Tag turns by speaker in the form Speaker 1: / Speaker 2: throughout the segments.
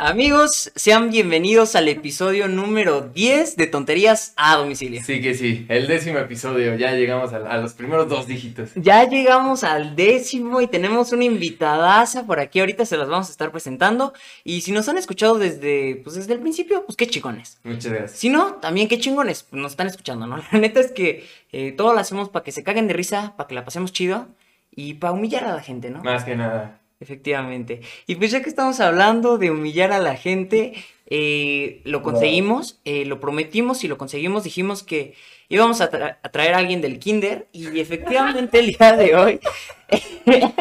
Speaker 1: Amigos, sean bienvenidos al episodio número 10 de Tonterías a Domicilio.
Speaker 2: Sí que sí, el décimo episodio, ya llegamos a, a los primeros dos dígitos.
Speaker 1: Ya llegamos al décimo y tenemos una invitadaza por aquí. Ahorita se las vamos a estar presentando. Y si nos han escuchado desde, pues desde el principio, pues qué chingones.
Speaker 2: Muchas gracias.
Speaker 1: Si no, también qué chingones pues, nos están escuchando, ¿no? La neta es que eh, todo lo hacemos para que se caguen de risa, para que la pasemos chido y para humillar a la gente, ¿no?
Speaker 2: Más que nada.
Speaker 1: Efectivamente. Y pues ya que estamos hablando de humillar a la gente, eh, lo conseguimos, eh, lo prometimos y lo conseguimos. Dijimos que íbamos a, tra- a traer a alguien del kinder y efectivamente el día de hoy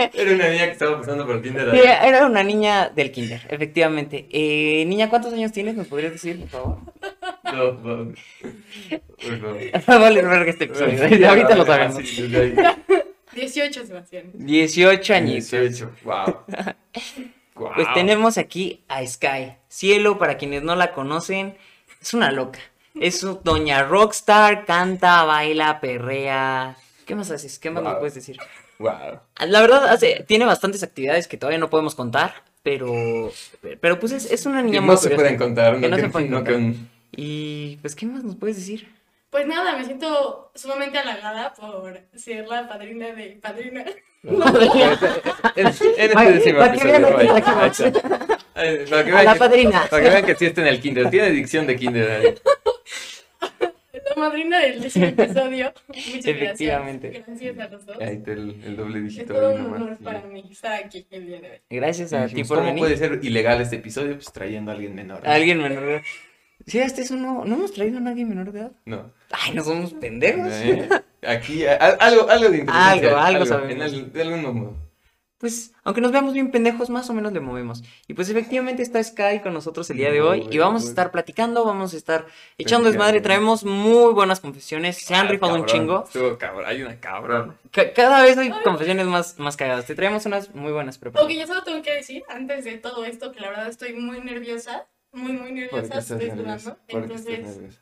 Speaker 2: Era una niña que estaba pasando por Tinder.
Speaker 1: eh, era una niña del kinder, efectivamente. Eh, niña, ¿cuántos años tienes? ¿Nos podrías decir, por favor?
Speaker 2: No, no. Por favor.
Speaker 1: vale, verga este episodio. Ahorita lo sabemos.
Speaker 2: Ah, Sí, sí, sí.
Speaker 3: 18, Sebastián.
Speaker 1: 18 añitos.
Speaker 2: 18, wow. Wow.
Speaker 1: Pues tenemos aquí a Sky. Cielo, para quienes no la conocen, es una loca. Es un- doña rockstar, canta, baila, perrea. ¿Qué más haces? ¿Qué más nos
Speaker 2: Wow.
Speaker 1: puedes decir?
Speaker 2: Wow.
Speaker 1: La verdad, hace- tiene bastantes actividades que todavía no podemos contar, pero, pero pues es, es una
Speaker 2: Y
Speaker 1: niña muy
Speaker 2: no se
Speaker 1: curiosa.
Speaker 2: pueden contar,
Speaker 1: Que
Speaker 2: no,
Speaker 1: no
Speaker 2: que-
Speaker 1: se pueden
Speaker 2: no
Speaker 1: contar.
Speaker 2: con-
Speaker 1: Y pues, ¿qué más nos puedes decir?
Speaker 3: Pues nada, me siento sumamente halagada por ser la padrina de padrina.
Speaker 2: En, en este
Speaker 1: Ay,
Speaker 2: décimo
Speaker 1: para que vean
Speaker 2: episodio.
Speaker 1: aquí,
Speaker 2: vaya,
Speaker 1: aquí,
Speaker 2: ahí está. Ay, Para que
Speaker 1: A la
Speaker 2: vean que-
Speaker 1: padrina.
Speaker 2: para que vean que sí está en el kinder. Tiene dicción de kinder. ahí.
Speaker 3: La madrina del décimo episodio. Muchas
Speaker 1: Efectivamente.
Speaker 3: gracias. Gracias a los dos.
Speaker 2: Ahí está el, el doble
Speaker 3: Es
Speaker 2: dígito.
Speaker 3: todo
Speaker 2: ahí
Speaker 3: un honor
Speaker 2: nomás.
Speaker 3: para mí estar aquí el día de hoy.
Speaker 1: Gracias
Speaker 2: Y
Speaker 1: a ti
Speaker 2: dijimos,
Speaker 1: por
Speaker 2: ¿Cómo
Speaker 1: venir.
Speaker 2: puede ser ilegal este episodio? Pues trayendo a alguien menor. ¿no?
Speaker 1: Alguien menor de edad. Sí, hasta eso no, no hemos traído a nadie menor de edad.
Speaker 2: No.
Speaker 1: Ay, no somos pendejos.
Speaker 2: Eh, Aquí, a- a- algo, algo de inteligencia.
Speaker 1: Algo, algo sabemos.
Speaker 2: en al- de algún modo.
Speaker 1: pues, aunque nos veamos bien pendejos, más o menos le movemos. Y pues efectivamente está Sky con nosotros el día de hoy y vamos a estar platicando, vamos a estar echando desmadre, traemos muy buenas confesiones, se han
Speaker 2: Ah,
Speaker 1: rifado un
Speaker 2: cabrón,
Speaker 1: chingo.
Speaker 2: Estuvo cabrón, hay una cabrón.
Speaker 1: Ca- cada vez hay confesiones más, más cagadas, te traemos unas muy buenas
Speaker 3: Ok,
Speaker 1: preparadas.
Speaker 3: yo solo tengo que decir antes de todo esto que la verdad estoy muy nerviosa. Muy, muy
Speaker 2: ¿Por qué
Speaker 3: nerviosa.
Speaker 2: estás
Speaker 3: Estoy
Speaker 2: nervioso?
Speaker 3: sudando.
Speaker 2: ¿Por qué estás
Speaker 3: Entonces,
Speaker 2: nervioso?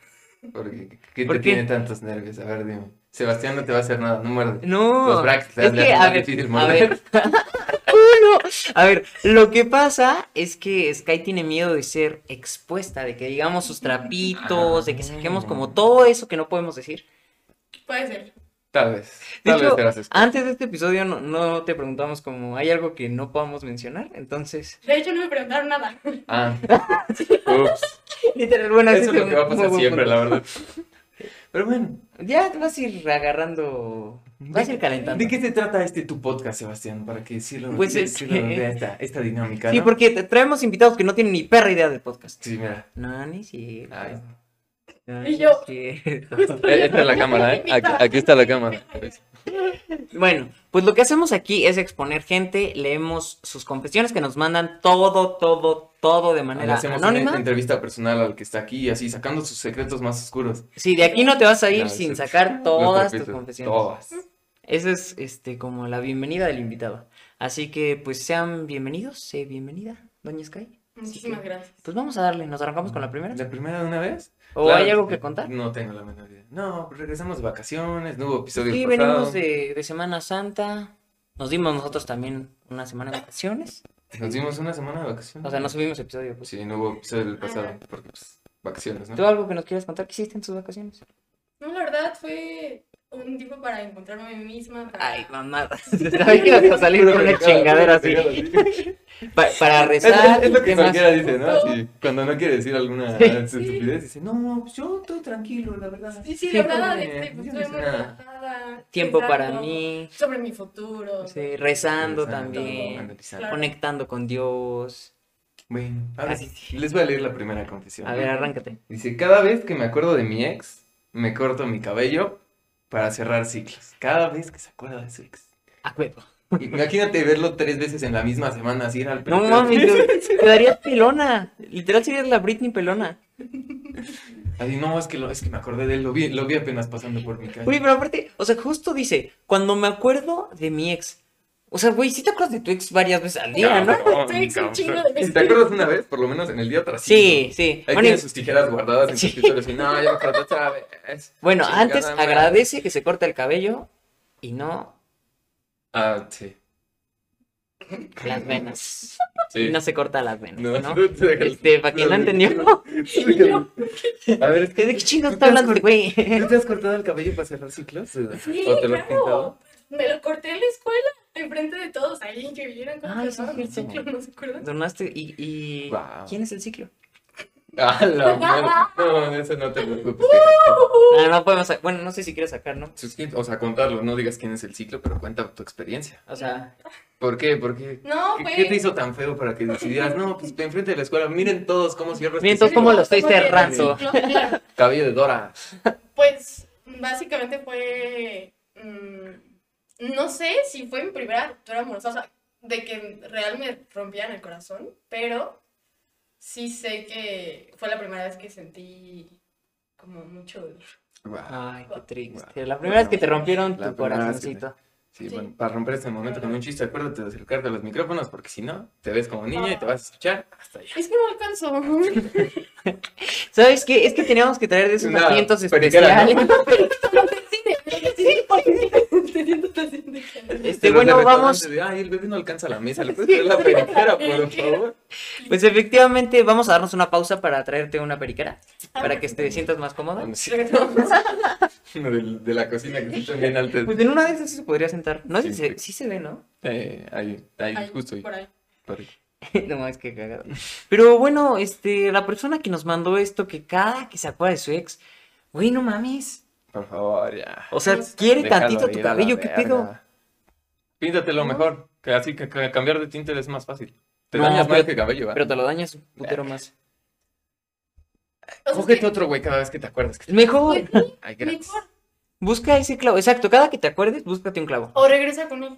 Speaker 2: ¿Por qué? ¿Qué
Speaker 1: ¿Por
Speaker 2: te
Speaker 1: qué?
Speaker 2: tiene tantos nervios? A ver, dime. Sebastián no te va a hacer nada, no muerde. Los
Speaker 1: No,
Speaker 2: brackets le
Speaker 1: es
Speaker 2: hacen
Speaker 1: que,
Speaker 2: más
Speaker 1: a ver,
Speaker 2: difícil
Speaker 1: a
Speaker 2: morder.
Speaker 1: ver, Uno. a ver, lo que pasa es que Sky tiene miedo de ser expuesta, de que digamos sus trapitos, de que saquemos como todo eso que no podemos decir.
Speaker 3: puede ser.
Speaker 2: Tal vez.
Speaker 1: De
Speaker 2: Tal
Speaker 1: hecho,
Speaker 2: vez te vas a escuchar.
Speaker 1: Antes de este episodio no, no te preguntamos como hay algo que no podamos mencionar, entonces...
Speaker 3: De hecho, no me preguntaron nada.
Speaker 2: Ah. Ups.
Speaker 1: Literal, bueno, ese
Speaker 2: Eso es lo
Speaker 1: un
Speaker 2: que va a
Speaker 1: muy
Speaker 2: pasar
Speaker 1: buen
Speaker 2: siempre,
Speaker 1: punto.
Speaker 2: la verdad. Pero bueno.
Speaker 1: Ya te vas a ir agarrando, vas a ir calentando.
Speaker 2: ¿De qué se trata este tu podcast, Sebastián? Para que decirlo,
Speaker 1: Pues es
Speaker 2: decirlo
Speaker 1: que-
Speaker 2: de esta, esta dinámica.
Speaker 1: Sí,
Speaker 2: ¿no?
Speaker 1: porque te traemos invitados que no tienen ni perra idea del podcast.
Speaker 2: Sí, mira.
Speaker 1: No, ni si...
Speaker 2: Ay. Ah,
Speaker 3: Y yo.
Speaker 2: Eh, Esta es la cámara, ¿eh? Aquí, aquí está la cámara.
Speaker 1: Bueno, pues lo que hacemos aquí es exponer gente, leemos sus confesiones que nos mandan todo, todo, todo de
Speaker 2: Le
Speaker 1: manera
Speaker 2: hacemos
Speaker 1: anónima.
Speaker 2: una entrevista personal al que está aquí, así, sacando sus secretos más oscuros.
Speaker 1: Sí, de aquí no te vas a ir
Speaker 2: No,
Speaker 1: sin
Speaker 2: sí.
Speaker 1: sacar
Speaker 2: Los
Speaker 1: todas tus
Speaker 2: trapitos,
Speaker 1: confesiones.
Speaker 2: Todas.
Speaker 1: Esa es este como la bienvenida del invitado. Así que pues sean bienvenidos, sé bienvenida, doña Sky.
Speaker 3: Muchísimas gracias.
Speaker 1: Pues vamos a darle, nos arrancamos con la primera.
Speaker 2: ¿La primera de una vez?
Speaker 1: ¿O
Speaker 2: Claro, eh,
Speaker 1: hay algo que contar?
Speaker 2: No tengo la menor idea. No, pues regresamos de vacaciones, no hubo episodio
Speaker 1: Sí,
Speaker 2: pasado.
Speaker 1: venimos de, de Semana Santa. Nos dimos nosotros también una semana de vacaciones.
Speaker 2: Nos dimos una semana de vacaciones.
Speaker 1: O sea, no subimos episodio. Pues.
Speaker 2: Sí, no hubo episodio del pasado, porque pues, vacaciones,
Speaker 1: ¿Tú
Speaker 2: ¿no?
Speaker 1: algo que nos quieras contar? ¿Qué hiciste en tus vacaciones?
Speaker 3: No, la verdad fue un tiempo para encontrarme a mí misma. para-
Speaker 1: Ay, mamá. Sabía que ibas a salir con una chingadera así. Pa- para
Speaker 2: Es, es-
Speaker 1: rezar.
Speaker 2: es lo
Speaker 1: ¿qué
Speaker 2: que
Speaker 1: más?
Speaker 2: cualquiera dice, ¿no? Así, cuando no quiere decir alguna
Speaker 1: Sí.
Speaker 2: estupidez, dice, no, pues, yo estoy tranquilo, la verdad.
Speaker 3: Sí, sí,
Speaker 1: Sí,
Speaker 3: la verdad,
Speaker 2: como-
Speaker 3: este, pues,
Speaker 2: yo no
Speaker 3: estuve
Speaker 2: sé
Speaker 3: muy
Speaker 2: nada.
Speaker 3: relajada,
Speaker 1: Tiempo para
Speaker 3: pensando
Speaker 1: mí.
Speaker 3: Sobre mi futuro.
Speaker 1: sí, rezando
Speaker 2: Analizando,
Speaker 1: también.
Speaker 2: analizando.
Speaker 3: Claro.
Speaker 1: Conectando con Dios.
Speaker 2: Bueno, ahora
Speaker 1: Así.
Speaker 2: sí, les voy a leer la primera confesión.
Speaker 1: A ver, arráncate.
Speaker 2: Dice, cada vez que me acuerdo de mi ex, me corto mi cabello para cerrar ciclos. Cada vez que se acuerda de su ex.
Speaker 1: A huevo.
Speaker 2: Imagínate verlo tres veces en la misma semana, así era el
Speaker 1: No mames, te, te darías pelona. Literal serías la Britney pelona.
Speaker 2: Así, no, es que, lo- es que me acordé de él, lo vi, lo vi apenas pasando por mi calle.
Speaker 1: Güey, pero aparte, o sea, justo dice, cuando me acuerdo de mi ex. O sea, güey, sí te acuerdas de tu ex varias veces al día, ¿no?
Speaker 2: Cabrón,
Speaker 3: Tu ex un
Speaker 2: cabrón.
Speaker 3: chingo de
Speaker 2: Si te acuerdas una vez, por lo menos en el día tras
Speaker 1: Sí, sí.
Speaker 2: Ahí
Speaker 1: Bueno, y-
Speaker 2: tiene sus tijeras guardadas en
Speaker 1: Sí.
Speaker 2: su escritorio. Así, no, ya me acordé otra vez.
Speaker 1: bueno,
Speaker 2: Chingada
Speaker 1: antes
Speaker 2: madre.
Speaker 1: agradece que se corta el cabello y no
Speaker 2: Ah, sí.
Speaker 1: las venas.
Speaker 2: Sí.
Speaker 1: Y no se corta las venas, ¿no?
Speaker 2: tú déjalo.
Speaker 1: Este, para quien no entendió.
Speaker 2: Tú déjalo. A ver, es que
Speaker 1: ¿De qué chingados
Speaker 2: ¿Tú
Speaker 1: está
Speaker 2: te has
Speaker 1: hablando este güey?
Speaker 2: ¿tú te has cortado el cabello para cerrar ciclos?
Speaker 3: Sí,
Speaker 2: ¿O te lo has pintado?
Speaker 3: claro. Me lo corté en la escuela, enfrente de todos, alguien que vivieron con
Speaker 1: Ah,
Speaker 3: que
Speaker 1: sí,
Speaker 3: no, mi
Speaker 1: sí.
Speaker 3: ciclo, ¿no se acuerdan?
Speaker 1: Donaste y... y...
Speaker 2: Guau.
Speaker 1: ¿Quién es el ciclo?
Speaker 2: Ah, la madre. No, de eso no te preocupes.
Speaker 1: Ah, no podemos... sa- Bueno, no sé si quieres sacar, ¿no?
Speaker 2: Suscri- O sea, contarlo, no digas quién es el ciclo, pero cuenta tu experiencia.
Speaker 1: O sea,
Speaker 2: ¿Por qué? ¿Por qué?
Speaker 3: No,
Speaker 2: ¿Qué,
Speaker 3: fue.
Speaker 1: pues.
Speaker 2: qué te hizo tan feo para que decidieras? No, pues de enfrente de la escuela, miren todos cómo cierro este
Speaker 1: Miren todos
Speaker 2: ciclo.
Speaker 1: cómo lo estoy
Speaker 3: Fue que-
Speaker 1: cerrando.
Speaker 3: No, claro.
Speaker 2: Cabello de Dora.
Speaker 3: Pues básicamente fue. mm, no sé si fue mi primera ruptura amorosa, o sea, de que real me rompían el corazón, pero sí sé que fue la primera vez que sentí como mucho dolor.
Speaker 2: Guau.
Speaker 1: ay, qué triste.
Speaker 2: Guau.
Speaker 1: La primera vez que te
Speaker 2: Bueno,
Speaker 1: rompieron
Speaker 2: la
Speaker 1: tu
Speaker 2: primera vez que te-
Speaker 1: corazoncito.
Speaker 2: Sí,
Speaker 3: Sí.
Speaker 2: bueno, para romper este momento con un chiste, acuérdate de acercarte a los micrófonos, porque si no, te ves como niña y te vas a escuchar hasta allá.
Speaker 3: Es que no alcanzó.
Speaker 1: ¿Sabes qué? Es que teníamos que traer de esos
Speaker 2: Una
Speaker 1: asientos
Speaker 2: periquera, ¿no?
Speaker 1: especiales.
Speaker 3: Sí, porque te siento tan
Speaker 1: Este,
Speaker 3: indecente.
Speaker 2: De los de
Speaker 1: bueno, vamos...
Speaker 2: restaurante de, Ay, el bebé no alcanza la mesa, ¿le puedes traer la periquera, por favor?
Speaker 1: Pues efectivamente vamos a darnos una pausa para traerte una periquera, para que te sientas más cómoda.
Speaker 2: Bueno, sí, uno del- de, la cocina que están bien altas.
Speaker 1: Pues en una de esas sí se podría sentar. No sé si
Speaker 2: Sí,
Speaker 1: se,
Speaker 2: sí.
Speaker 1: sí se ve, ¿no?
Speaker 2: Eh, ahí, ahí,
Speaker 3: Ay,
Speaker 2: justo ahí.
Speaker 3: por ahí.
Speaker 2: por ahí.
Speaker 1: No es que cagado. Pero bueno, este, la persona que nos mandó esto, que cada que se acuerda de su ex, güey, no mames.
Speaker 2: Por favor, ya.
Speaker 1: O sea,
Speaker 3: No sé.
Speaker 1: quiere tantito
Speaker 2: Déjalo
Speaker 1: tu
Speaker 2: ir a la
Speaker 1: cabello, ¿qué
Speaker 2: verga.
Speaker 1: pedo?
Speaker 2: Píntatelo mejor, que así que, que cambiar de tinte es más fácil. Te
Speaker 1: No,
Speaker 2: dañas
Speaker 1: pero-
Speaker 2: más que cabello, ¿verdad?
Speaker 1: Pero te lo dañas un putero más.
Speaker 3: O sea, es
Speaker 2: Cógete
Speaker 3: que-
Speaker 2: otro güey cada vez que te acuerdas. Que...
Speaker 1: Mejor,
Speaker 2: Ay, gracias.
Speaker 3: mejor.
Speaker 1: busca ese clavo. Exacto, cada que te acuerdes, búscate un clavo.
Speaker 3: O regresa con él.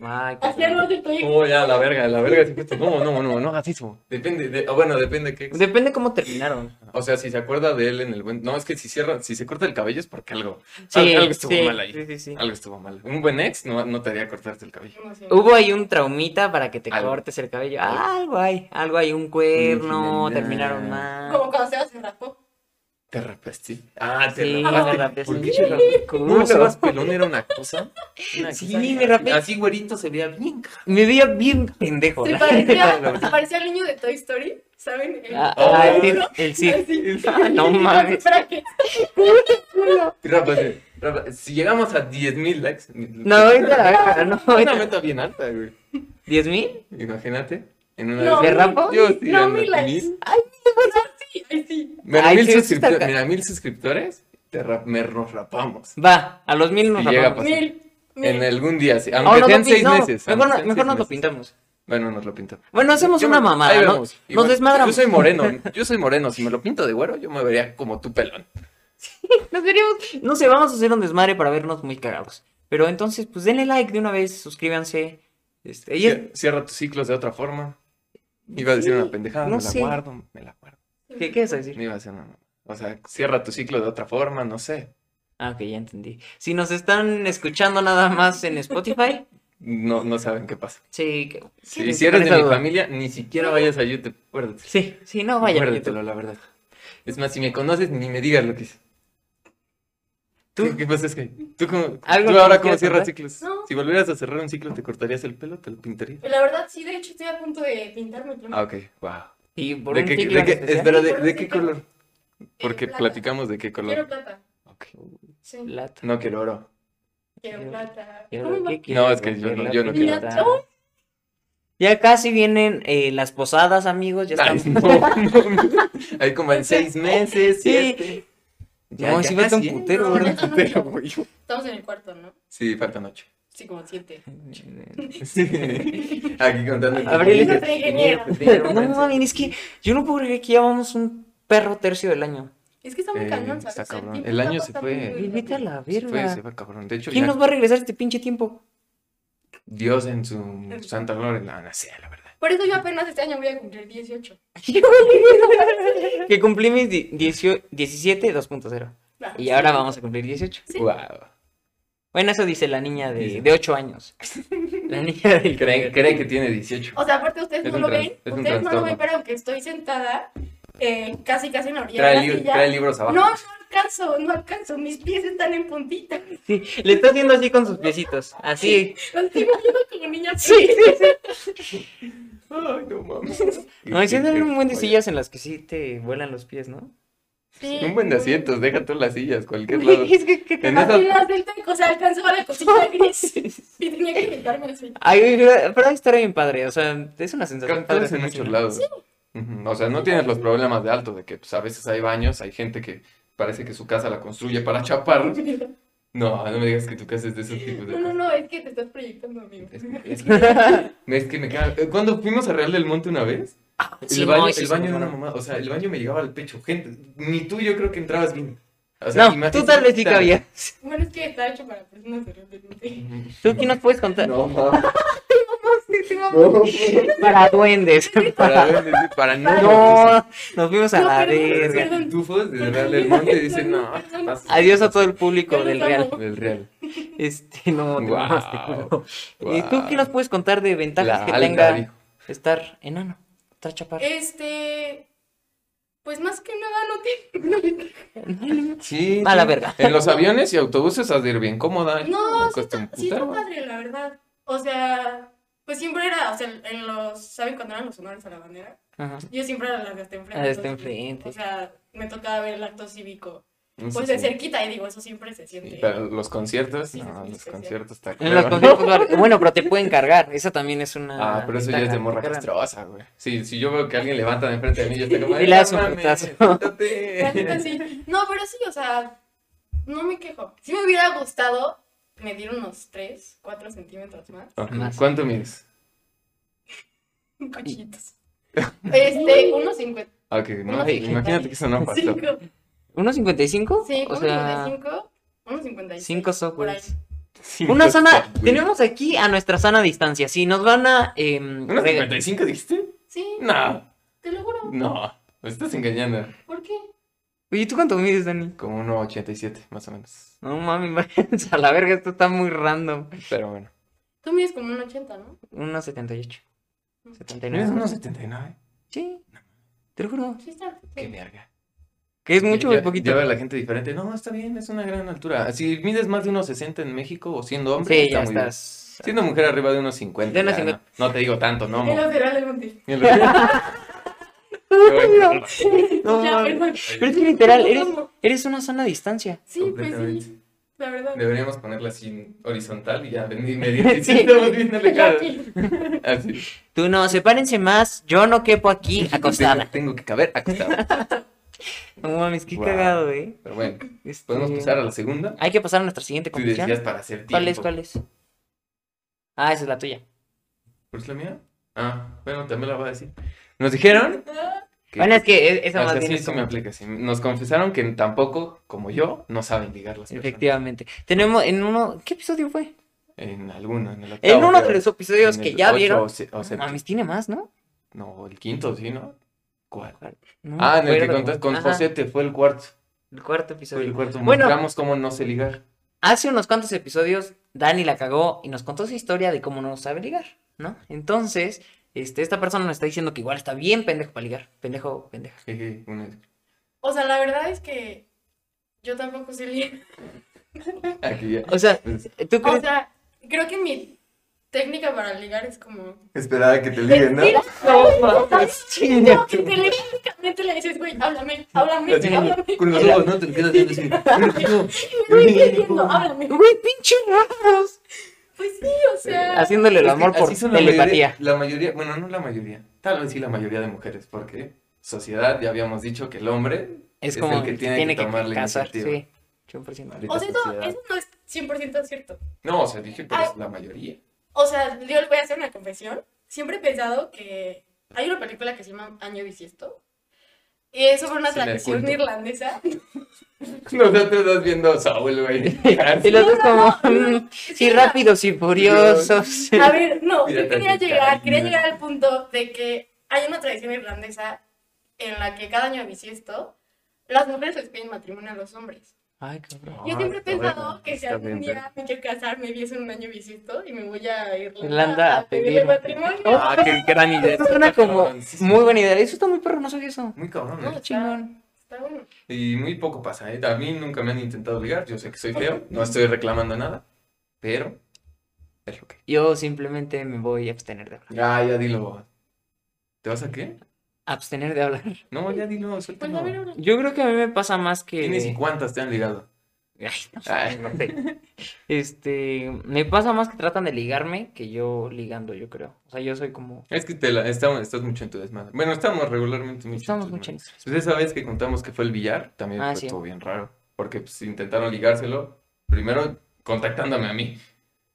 Speaker 1: Ay, qué
Speaker 3: Así algo
Speaker 1: horror.
Speaker 3: del proyecto.
Speaker 2: Oh, ya, la verga, la verga. sí, justo. No, no, no, no hagas eso. Depende, de, o bueno, depende qué. ex.
Speaker 1: Depende cómo terminaron.
Speaker 2: O sea, si se acuerda de él en el buen. No, es que si cierra, si se corta el cabello es porque algo.
Speaker 1: Sí,
Speaker 2: algo estuvo
Speaker 1: sí,
Speaker 2: mal ahí.
Speaker 1: sí, sí, sí.
Speaker 2: Algo estuvo mal. Un buen ex no, no te haría cortarte el cabello.
Speaker 3: No sé.
Speaker 1: Hubo ahí un traumita para que te
Speaker 2: Algo.
Speaker 1: cortes el cabello.
Speaker 2: Algo.
Speaker 1: Algo hay, algo hay, un cuerno,
Speaker 2: Infidelidad.
Speaker 1: terminaron mal.
Speaker 3: Como cuando Sebas se rapó.
Speaker 2: Te rapaste. Ah, te
Speaker 1: Sí,
Speaker 2: rapaste.
Speaker 1: me rapé,
Speaker 2: ¿Por
Speaker 1: sí.
Speaker 2: qué te rapaste? ¿No
Speaker 1: Culo.
Speaker 2: usabas pelón? Era una cosa. Una
Speaker 1: Sí,
Speaker 2: cosa
Speaker 1: me
Speaker 2: que-
Speaker 1: rapé.
Speaker 2: Así güerito se veía bien. cabrón.
Speaker 1: Me veía bien pendejo.
Speaker 3: Se
Speaker 1: la-
Speaker 3: parecía, se parecía al niño de Toy Story, ¿saben? El-
Speaker 1: Ah,
Speaker 2: Oh.
Speaker 1: ah, el, el sí.
Speaker 3: Así.
Speaker 1: Ah, no mames.
Speaker 3: Fraque.
Speaker 2: Y rápate, rápate. Si llegamos a 10.000 likes.
Speaker 1: No, ahorita la verga, no,
Speaker 2: Una
Speaker 1: ahorita.
Speaker 2: meta bien alta, güey.
Speaker 1: ¿Diez mil?
Speaker 2: Imagínate. En una
Speaker 3: No,
Speaker 1: ¿De
Speaker 2: de esas-
Speaker 1: rapo?
Speaker 2: Yo sí,
Speaker 3: No,
Speaker 2: ando
Speaker 3: mil likes.
Speaker 2: feliz.
Speaker 3: Ay, sí, ay, sí.
Speaker 2: Mira,
Speaker 1: Ay,
Speaker 2: mil,
Speaker 1: sí, sí está
Speaker 2: suscriptores,
Speaker 1: ca-
Speaker 2: mira, mil suscriptores. Te rap- me nos rapamos.
Speaker 1: Va, a los mil nos
Speaker 2: Y llega
Speaker 1: rapamos.
Speaker 2: pa-
Speaker 3: Mil,
Speaker 2: En
Speaker 3: mil.
Speaker 2: algún día, sí.
Speaker 1: Oh,
Speaker 2: aunque
Speaker 1: no,
Speaker 2: sean
Speaker 1: no,
Speaker 2: seis
Speaker 1: no,
Speaker 2: meses.
Speaker 1: Mejor,
Speaker 2: aunque
Speaker 1: no-
Speaker 2: sean
Speaker 1: mejor nos
Speaker 2: seis
Speaker 1: lo
Speaker 2: meses.
Speaker 1: pintamos.
Speaker 2: Bueno, nos lo pintó.
Speaker 1: Bueno, hacemos una mamada, ¿no? Nos desmadramos.
Speaker 2: Yo soy moreno. Yo soy moreno. Si me lo pinto de güero, yo me vería como tu pelón.
Speaker 1: Nos veríamos- No sé, vamos a hacer un desmadre para vernos muy cagados. Pero entonces, pues denle like de una vez, suscríbanse. Este, y es-
Speaker 2: Cier- Cierra tus ciclos de otra forma. Iba a decir
Speaker 1: Sí,
Speaker 2: una pendejada,
Speaker 1: no
Speaker 2: me la
Speaker 1: sé.
Speaker 2: guardo, me la guardo.
Speaker 1: ¿Qué, qué vas a decir?
Speaker 2: No iba a hacer una. O sea, cierra tu ciclo de otra forma, no sé.
Speaker 1: Ah, ok, ya entendí. Si nos están escuchando nada más en Spotify,
Speaker 2: No, no saben qué pasa.
Speaker 1: sí. que-
Speaker 2: Si,
Speaker 1: sí,
Speaker 2: si
Speaker 1: con
Speaker 2: eres de
Speaker 1: esa
Speaker 2: mi
Speaker 1: duda.
Speaker 2: familia, ni siquiera vayas a YouTube. Acuérdate.
Speaker 1: Sí, sí, no vaya.
Speaker 2: Acuérdatelo, la verdad. Es más, si me conoces, ni me digas lo que hice.
Speaker 1: ¿Tú?
Speaker 2: ¿Qué, qué pasa es que tú, como,
Speaker 1: ¿Algo
Speaker 2: tú
Speaker 1: que nos
Speaker 2: ahora cómo
Speaker 1: quieras
Speaker 2: cierras
Speaker 1: contar?
Speaker 2: ciclos?
Speaker 3: No.
Speaker 2: Si volvieras a cerrar un ciclo, ¿te cortarías el pelo? ¿Te lo pintarías?
Speaker 3: La verdad, sí, de hecho, estoy a punto de pintarme el pelo.
Speaker 2: Ah, ok, wow.
Speaker 1: Y por
Speaker 2: ¿De
Speaker 1: un
Speaker 2: qué,
Speaker 1: ciclo
Speaker 2: de
Speaker 1: en
Speaker 2: qué-
Speaker 1: especial,
Speaker 2: espera, ¿de,
Speaker 3: Por un
Speaker 2: de qué
Speaker 3: ciclo.
Speaker 2: color? Porque
Speaker 3: plata.
Speaker 2: platicamos de qué
Speaker 3: Quiero
Speaker 2: color.
Speaker 3: plata.
Speaker 2: Ok.
Speaker 3: Sí,
Speaker 1: plata.
Speaker 2: No quiero oro.
Speaker 3: quiero plata.
Speaker 1: Y ahora,
Speaker 3: ¿Cómo va?
Speaker 1: ¿qué quieres
Speaker 2: es que yo no-
Speaker 1: romper la
Speaker 2: yo no quiero.
Speaker 1: plata? Ya casi vienen eh, las posadas, amigos. Ya
Speaker 2: Ay,
Speaker 1: estamos.
Speaker 2: no, no, no. Ahí como en seis meses,
Speaker 1: Sí.
Speaker 2: siete. Ya-
Speaker 1: No,
Speaker 2: ya
Speaker 1: sí falta un
Speaker 2: casi, ¿eh?
Speaker 1: putero,
Speaker 3: No,
Speaker 1: ¿verdad?
Speaker 3: neta, no
Speaker 2: Putero,
Speaker 3: quiero.
Speaker 2: güey.
Speaker 3: Estamos en el cuarto, ¿no?
Speaker 2: Sí, falta noche.
Speaker 3: Sí, como siete.
Speaker 2: Sí. Aquí contando.
Speaker 1: Abril es pues,
Speaker 3: nuestro ingeniero.
Speaker 1: No mames, es que yo no puedo creer que ya vamos un perro tercio del año.
Speaker 3: Es que está muy
Speaker 2: Eh,
Speaker 3: cañón, ¿sabes?
Speaker 2: está
Speaker 3: O sea,
Speaker 2: cabrón.
Speaker 3: tiempo
Speaker 2: El
Speaker 3: está
Speaker 2: año se
Speaker 3: pasando
Speaker 2: fue.
Speaker 3: muy
Speaker 1: Y vete a
Speaker 3: rápido.
Speaker 1: la
Speaker 2: Se fue, se
Speaker 1: verga.
Speaker 2: fue, cabrón. De hecho,
Speaker 1: ¿Quién
Speaker 2: ya
Speaker 1: nos va a regresar este pinche tiempo?
Speaker 2: Dios en su santa gloria la nacía, la verdad.
Speaker 3: Por eso yo apenas este año voy a cumplir 18.
Speaker 1: que cumplí mis die- diecio- 17 2.0.
Speaker 3: Ah,
Speaker 1: Y ahora vamos a cumplir 18.
Speaker 3: Sí.
Speaker 2: Wow.
Speaker 1: Bueno, eso dice la niña de,
Speaker 2: Dice.
Speaker 1: de 8 años. La niña del
Speaker 2: Cree, cree que tiene 18.
Speaker 3: O sea, aparte ustedes
Speaker 2: Es
Speaker 3: no
Speaker 2: un
Speaker 3: lo
Speaker 2: trans-
Speaker 3: ven,
Speaker 2: es un
Speaker 3: ustedes no lo
Speaker 2: trastorno.
Speaker 3: ven, pero aunque estoy sentada, eh, casi casi en la orilla
Speaker 2: Trae,
Speaker 3: de la
Speaker 2: li-
Speaker 3: silla.
Speaker 2: trae libros
Speaker 3: No,
Speaker 2: abajo.
Speaker 3: no alcanzo, no alcanzo, mis pies están en puntita.
Speaker 1: Sí, le está haciendo así con sus piecitos. Así.
Speaker 3: Los estoy moviendo como niña
Speaker 1: Sí,
Speaker 3: pequeña.
Speaker 2: Ay, no mames.
Speaker 1: No, y sí,
Speaker 2: Qué-
Speaker 1: hay
Speaker 2: qué
Speaker 1: un buen de
Speaker 2: joya.
Speaker 1: sillas en las que sí te vuelan los pies, ¿no?
Speaker 3: Sí.
Speaker 2: Un buen de asientos, deja todas las sillas, cualquier lado.
Speaker 1: Es que, que- que-
Speaker 2: En
Speaker 3: Así
Speaker 2: esa-
Speaker 3: las del taco, o sea, alcanzaba la cosita gris y tenía que quitarme así.
Speaker 1: Ay, güey, pero pero estar bien padre, o sea, es una sensación padre.
Speaker 2: Capturas en
Speaker 1: sensación,
Speaker 2: muchos
Speaker 1: ¿no?
Speaker 2: lados. Ujú, O sea, no tienes los problemas de alto, de que pues, a veces hay baños, hay gente que parece que su casa la construye para chapar.
Speaker 3: No,
Speaker 2: No, no me digas que tu casa es de esos tipos de
Speaker 3: no,
Speaker 2: cosas.
Speaker 3: no, es que te estás proyectando, amigo.
Speaker 2: Es que, es que- es que me caga. eh, Cuando fuimos a Real del Monte una vez, el
Speaker 1: Sí, no,
Speaker 2: baño,
Speaker 1: sí,
Speaker 2: el
Speaker 1: sí,
Speaker 2: baño
Speaker 1: no,
Speaker 2: era una
Speaker 1: no.
Speaker 2: mamá, o sea, el baño me llegaba al pecho. Gente, ni tú yo creo que entrabas bien. O sea,
Speaker 1: No, tú
Speaker 2: imagínate-
Speaker 1: tal vez sí cabías.
Speaker 3: Bueno, es que está hecho para personas de repente.
Speaker 1: ¿Tú qué nos puedes contar?
Speaker 2: No, mames.
Speaker 1: Para duendes.
Speaker 2: Para, ver, para no.
Speaker 1: No, nos fuimos a
Speaker 3: No,
Speaker 1: la
Speaker 3: perdón,
Speaker 1: verga.
Speaker 3: perdón.
Speaker 2: Los pitufos de Real del Monte dicen, no, más
Speaker 1: Adiós a todo el público
Speaker 3: Ya
Speaker 1: del
Speaker 3: nos
Speaker 1: Real.
Speaker 3: vamos.
Speaker 2: del Real.
Speaker 1: Este, no, te
Speaker 2: Guau,
Speaker 1: mamaste, culero. ¿Y tú
Speaker 2: guau.
Speaker 1: qué nos puedes contar de ventajas
Speaker 2: La
Speaker 1: que
Speaker 2: alga,
Speaker 1: tenga
Speaker 2: dijo.
Speaker 1: estar enano, estar chaparro?
Speaker 3: Este. Pues más que nada no tiene. no tiene-
Speaker 2: Sí.
Speaker 1: A la
Speaker 2: sí.
Speaker 1: verga.
Speaker 2: En los aviones y autobuses has de ir bien cómoda.
Speaker 3: No, sí,
Speaker 2: cuesta un
Speaker 3: está- sí está
Speaker 2: putero.
Speaker 3: padre, la verdad. O sea, pues siempre era, o sea, en los, ¿saben cuando eran los honores a la bandera?
Speaker 1: Ajá.
Speaker 3: Yo siempre era la que está enfrente.
Speaker 1: Ah, está
Speaker 3: entonces,
Speaker 1: enfrente.
Speaker 3: O sea, me tocaba ver el acto cívico,
Speaker 2: No sé
Speaker 3: pues
Speaker 2: si-
Speaker 3: de cerquita, y digo, eso siempre se siente.
Speaker 2: Sí, pero los conciertos,
Speaker 3: Sí, sí,
Speaker 2: no,
Speaker 3: sí,
Speaker 2: los
Speaker 3: sí, sí.
Speaker 2: conciertos está
Speaker 1: En los
Speaker 2: culero.
Speaker 1: conciertos, claro. bueno, pero te pueden cargar. Esa también es una.
Speaker 2: Ah, pero eso ya es de
Speaker 1: ventaja,
Speaker 2: morra
Speaker 1: te cargan.
Speaker 2: castrosa, güey. Sí, si yo veo que alguien levanta de enfrente de mí, yo estoy como,
Speaker 1: Y le
Speaker 2: "Ay,
Speaker 1: das
Speaker 2: no
Speaker 1: un
Speaker 2: mames,
Speaker 1: putazo".
Speaker 2: quítate".
Speaker 3: La neta, sí. No, pero sí, o sea, no me quejo. Si me hubiera gustado medir unos 3, 4 centímetros más,
Speaker 2: Ok,
Speaker 1: Más.
Speaker 2: ¿Cuánto mides?
Speaker 3: cochitos. Este, unos 50.
Speaker 2: Ok, no,
Speaker 3: Unos
Speaker 2: imagínate que eso no pasó.
Speaker 3: 5.
Speaker 1: ¿Unos 55?
Speaker 3: Sí,
Speaker 1: o
Speaker 3: unos
Speaker 1: sea,
Speaker 3: 55, unos 56.
Speaker 1: cinco
Speaker 3: por ahí.
Speaker 1: softwares.
Speaker 2: Sí,
Speaker 1: Una
Speaker 2: no
Speaker 1: zona.
Speaker 2: está, pues, güey.
Speaker 1: Tenemos aquí a nuestra sana distancia. Si nos van a. eh,
Speaker 2: ¿Unos
Speaker 1: reg-
Speaker 2: 55 dijiste?
Speaker 3: Sí,
Speaker 2: No,
Speaker 3: te lo juro.
Speaker 2: no, me estás engañando.
Speaker 3: ¿Por qué?
Speaker 1: Oye, ¿tú cuánto mides, Dani?
Speaker 2: Como 1,87 más o menos.
Speaker 1: No mami, váyanse a la verga, esto está muy random.
Speaker 2: Pero bueno.
Speaker 3: Tú mides como un 80, ¿no?
Speaker 1: 1.78. 79.
Speaker 2: ¿Mides 1,79?
Speaker 1: Sí. Te lo juro.
Speaker 3: Sí, está. sí.
Speaker 2: Qué verga.
Speaker 1: Que es mucho o
Speaker 2: Ya-
Speaker 1: es poquito.
Speaker 2: Ya veo a la gente diferente. No, está bien, es una gran altura. Si mides más de 1,60 en México o siendo hombre,
Speaker 1: sí,
Speaker 2: está
Speaker 1: ya
Speaker 2: muy bien.
Speaker 1: estás.
Speaker 2: Siendo mujer arriba de unos 50.
Speaker 1: De unos
Speaker 2: ya,
Speaker 1: 50.
Speaker 2: No, no te digo tanto, no.
Speaker 3: En
Speaker 2: mo-
Speaker 3: los laterales, Monty.
Speaker 2: Ni el-
Speaker 1: pues
Speaker 2: Ay,
Speaker 1: No,
Speaker 3: Ya,
Speaker 1: mames.
Speaker 3: perdón.
Speaker 1: Pero es que literal,
Speaker 3: No,
Speaker 1: eres,
Speaker 3: como-
Speaker 1: eres una sana distancia.
Speaker 3: Sí, pues sí, la verdad.
Speaker 2: Deberíamos ponerla así horizontal y ya ven- y
Speaker 1: Sí.
Speaker 2: medir. Sí, estamos bien alejados.
Speaker 3: Aquí.
Speaker 2: Así.
Speaker 1: Tú no, sepárense más, yo no quepo aquí
Speaker 2: Tengo,
Speaker 1: acostada.
Speaker 2: tengo que caber acostada.
Speaker 1: No mames, qué
Speaker 2: Wow.
Speaker 1: cagado, eh.
Speaker 2: Pero bueno,
Speaker 1: Este,
Speaker 2: podemos pasar a la segunda.
Speaker 1: Hay que pasar a nuestra siguiente
Speaker 2: Tú
Speaker 1: competición.
Speaker 2: decías para hacer tiempo.
Speaker 1: ¿Cuál es? ¿Cuál es? Ah, esa es la tuya.
Speaker 2: ¿Pero es la mía? Ah, bueno, también la voy a decir. Nos dijeron
Speaker 3: Ah,
Speaker 2: que...
Speaker 1: Bueno, es que e- esa
Speaker 2: Ah, o
Speaker 1: más
Speaker 2: sea,
Speaker 1: bien
Speaker 2: sí,
Speaker 1: es
Speaker 2: sí me
Speaker 1: como-
Speaker 2: aplica, sí. Nos confesaron que tampoco, como yo, no saben ligar las personas.
Speaker 1: Efectivamente. Tenemos en uno. ¿Qué episodio fue?
Speaker 2: En alguno, en el octavo,
Speaker 1: En uno de
Speaker 2: creo.
Speaker 1: los episodios
Speaker 2: Ah, En
Speaker 1: que
Speaker 2: el
Speaker 1: ya
Speaker 2: ocho
Speaker 1: vieron.
Speaker 2: o se- o
Speaker 1: No
Speaker 2: séptimo.
Speaker 1: mames, tiene más, ¿no?
Speaker 2: No, el quinto, sí, ¿no? ¿Cuál?
Speaker 1: No me
Speaker 2: Ah, en el que
Speaker 1: acuerdo.
Speaker 2: contaste con
Speaker 1: Ajá,
Speaker 2: José, te fue el cuarto.
Speaker 1: El cuarto
Speaker 2: Fue el
Speaker 1: episodio.
Speaker 2: cuarto.
Speaker 1: Bueno.
Speaker 2: Mostramos cómo no sé ligar.
Speaker 1: Hace unos cuantos episodios, Dani la cagó y nos contó su historia de cómo no sabe ligar, ¿no? Entonces, este, esta persona nos está diciendo que igual está bien pendejo para ligar. Pendejo, pendeja.
Speaker 2: Jeje, una-
Speaker 3: O sea, la verdad es que yo tampoco sé leer.
Speaker 2: Aquí ya.
Speaker 1: O sea,
Speaker 2: Pues,
Speaker 1: ¿tú
Speaker 3: O
Speaker 1: crees?
Speaker 3: sea, creo que mi técnica para ligar es como.
Speaker 2: Esperar a que te liguen, ¿no?
Speaker 3: Mira,
Speaker 1: No mames, chinga
Speaker 3: no, que
Speaker 1: tu-
Speaker 3: telepáticamente le dices, güey, háblame, háblame,
Speaker 2: Así como
Speaker 3: háblame.
Speaker 2: con los ojos, ¿no? Te lo quedas viendo así.
Speaker 3: No entiendo, háblame.
Speaker 1: Güey, pinche raros.
Speaker 3: Pues sí, o sea.
Speaker 1: Haciéndole el
Speaker 2: Es que
Speaker 1: amor por
Speaker 2: así son la mayoría-
Speaker 1: telepatía.
Speaker 2: La mayoría, bueno, no la mayoría. Tal vez sí la mayoría de mujeres, porque sociedad ya habíamos dicho que el hombre
Speaker 1: Es
Speaker 2: es
Speaker 1: como
Speaker 2: el que tiene que tomar la
Speaker 1: casar,
Speaker 2: iniciativa.
Speaker 1: sí. 100%.
Speaker 2: Maldita
Speaker 3: O sea, eso,
Speaker 2: sociedad.
Speaker 3: eso no es 100% cierto.
Speaker 2: No, o sea, dije, pero
Speaker 3: Ay.
Speaker 2: es la mayoría.
Speaker 3: O sea, yo les voy a hacer una confesión. Siempre he pensado que hay una película que se llama Año Bisiesto. Y es sobre una
Speaker 2: Sí, la de
Speaker 3: tradición
Speaker 2: culto.
Speaker 3: irlandesa.
Speaker 2: No, no te estás viendo Saúl, güey.
Speaker 1: Y los dos como,
Speaker 3: no,
Speaker 1: mm, sí, rápidos y furiosos.
Speaker 3: A ver, no, yo
Speaker 2: Piratas
Speaker 3: quería
Speaker 2: del
Speaker 3: llegar, quería
Speaker 2: Caribe.
Speaker 3: llegar al punto de que hay una tradición irlandesa en la que cada año bisiesto las mujeres les piden matrimonio a los hombres.
Speaker 1: Ay, cabrón.
Speaker 3: Yo
Speaker 2: Ah,
Speaker 3: siempre he
Speaker 2: está bueno,
Speaker 3: pensado que si
Speaker 2: está
Speaker 3: algún
Speaker 2: bien,
Speaker 3: día me quiero casar, me viese un año visito y me voy a Irlanda,
Speaker 1: Irlanda a
Speaker 3: a pedirle
Speaker 1: pedir-
Speaker 3: matrimonio.
Speaker 2: Oh,
Speaker 1: Ah,
Speaker 2: qué gran idea.
Speaker 1: Eso suena como
Speaker 2: Cabroncísimo.
Speaker 1: muy buena idea. Eso está muy perro, no sabía eso.
Speaker 2: Muy cabrón,
Speaker 3: No,
Speaker 2: ¿eh?
Speaker 3: está-
Speaker 1: Chingón.
Speaker 3: Está bueno.
Speaker 2: Y muy poco pasa, ¿eh? A mí nunca me han intentado ligar. Yo sé que soy feo, no estoy reclamando nada, pero es lo que.
Speaker 1: Yo simplemente me voy a abstener de hablar.
Speaker 2: Ya, ya dilo. ¿Te vas a qué?
Speaker 1: Abstener de hablar.
Speaker 2: No, ya dilo,
Speaker 3: Pues a ver
Speaker 2: suéltalo.
Speaker 3: ahora.
Speaker 1: Yo creo que a mí me pasa más que.
Speaker 2: ¿Quiénes y cuántas te han ligado?
Speaker 1: Ay, no sé,
Speaker 2: Ay.
Speaker 1: no sé. Este, me pasa más que tratan de ligarme que yo ligando, yo creo. O sea, yo soy como.
Speaker 2: Es que te la, estamos, estás mucho en tu desmadre. Bueno, estamos regularmente mucho
Speaker 1: Estamos
Speaker 2: en tu
Speaker 1: mucho en
Speaker 2: desmadre. Pues esa vez que contamos que fue el billar, también
Speaker 1: Ah,
Speaker 2: fue
Speaker 1: sí.
Speaker 2: todo bien raro. Porque pues, intentaron ligárselo, primero contactándome a mí.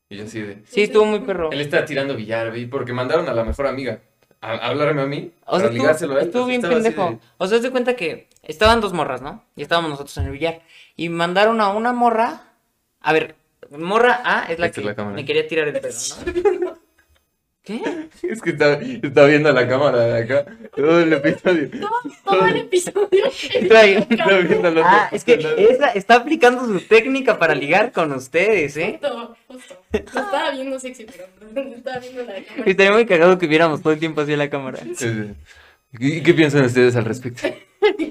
Speaker 2: Y yo así de...
Speaker 1: Sí, estuvo muy perro.
Speaker 2: Él está tirando billar, vi, porque mandaron a la mejor amiga a, a hablarme a mí
Speaker 1: O sea,
Speaker 2: para
Speaker 1: estuvo,
Speaker 2: ligárselo a él.
Speaker 1: estuvo
Speaker 2: Así
Speaker 1: bien
Speaker 2: estaba así
Speaker 1: pendejo.
Speaker 2: de-
Speaker 1: O sea, haz de cuenta que estaban dos morras, ¿no? Y estábamos nosotros en el billar. Y mandaron a una morra. A ver, morra A es la
Speaker 2: Esta
Speaker 1: que
Speaker 2: es la cámara.
Speaker 1: me quería tirar el pedo, ¿no? ¿Qué?
Speaker 2: Es que está, está viendo a la cámara de acá. Todo el episodio.
Speaker 3: Todo el episodio.
Speaker 1: Está ahí.
Speaker 2: Está viendo a los
Speaker 1: Ah,
Speaker 2: dos
Speaker 1: es que
Speaker 2: lados.
Speaker 1: esa está aplicando su técnica para ligar con ustedes, ¿eh?
Speaker 3: Justo, justo. Lo estaba viendo sexy, pero lo estaba viendo la cámara.
Speaker 1: Estaría muy cagado que viéramos todo el tiempo así a la cámara.
Speaker 2: Sí, sí. ¿Y qué piensan ustedes al respecto?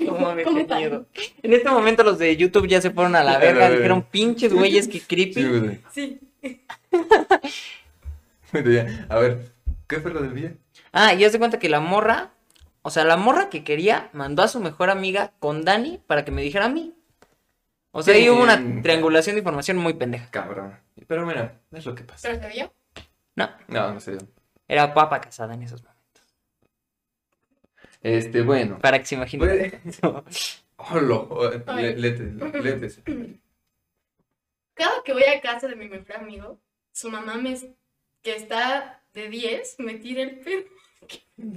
Speaker 1: No mames,
Speaker 3: ¿Cómo
Speaker 1: qué
Speaker 3: tal?
Speaker 1: miedo. En este momento los de YouTube ya se fueron a
Speaker 2: A
Speaker 1: la
Speaker 2: la
Speaker 1: verga,
Speaker 2: verga.
Speaker 1: dijeron pinches güeyes que
Speaker 2: Sí,
Speaker 1: creepy.
Speaker 2: güey.
Speaker 3: Sí.
Speaker 2: Bueno, ya. A ver, ¿qué fue lo del billar?
Speaker 1: Ah, y haz de cuenta que la morra, o sea, la morra que quería mandó a su mejor amiga con Dani para que me dijera a mí. O sea, ahí hubo una
Speaker 2: Bien.
Speaker 1: triangulación de información muy pendeja.
Speaker 2: Cabrón. Pero mira, es lo que pasa.
Speaker 3: ¿Pero se vio?
Speaker 1: No,
Speaker 2: No, no sé.
Speaker 1: era papa casada en esos momentos.
Speaker 2: Este, bueno.
Speaker 1: Para que se imaginen.
Speaker 2: Pues- Hola. le- lete- létese.
Speaker 3: Cada que voy a casa de mi mejor amigo, su mamá me que está de 10 me tira el pelo.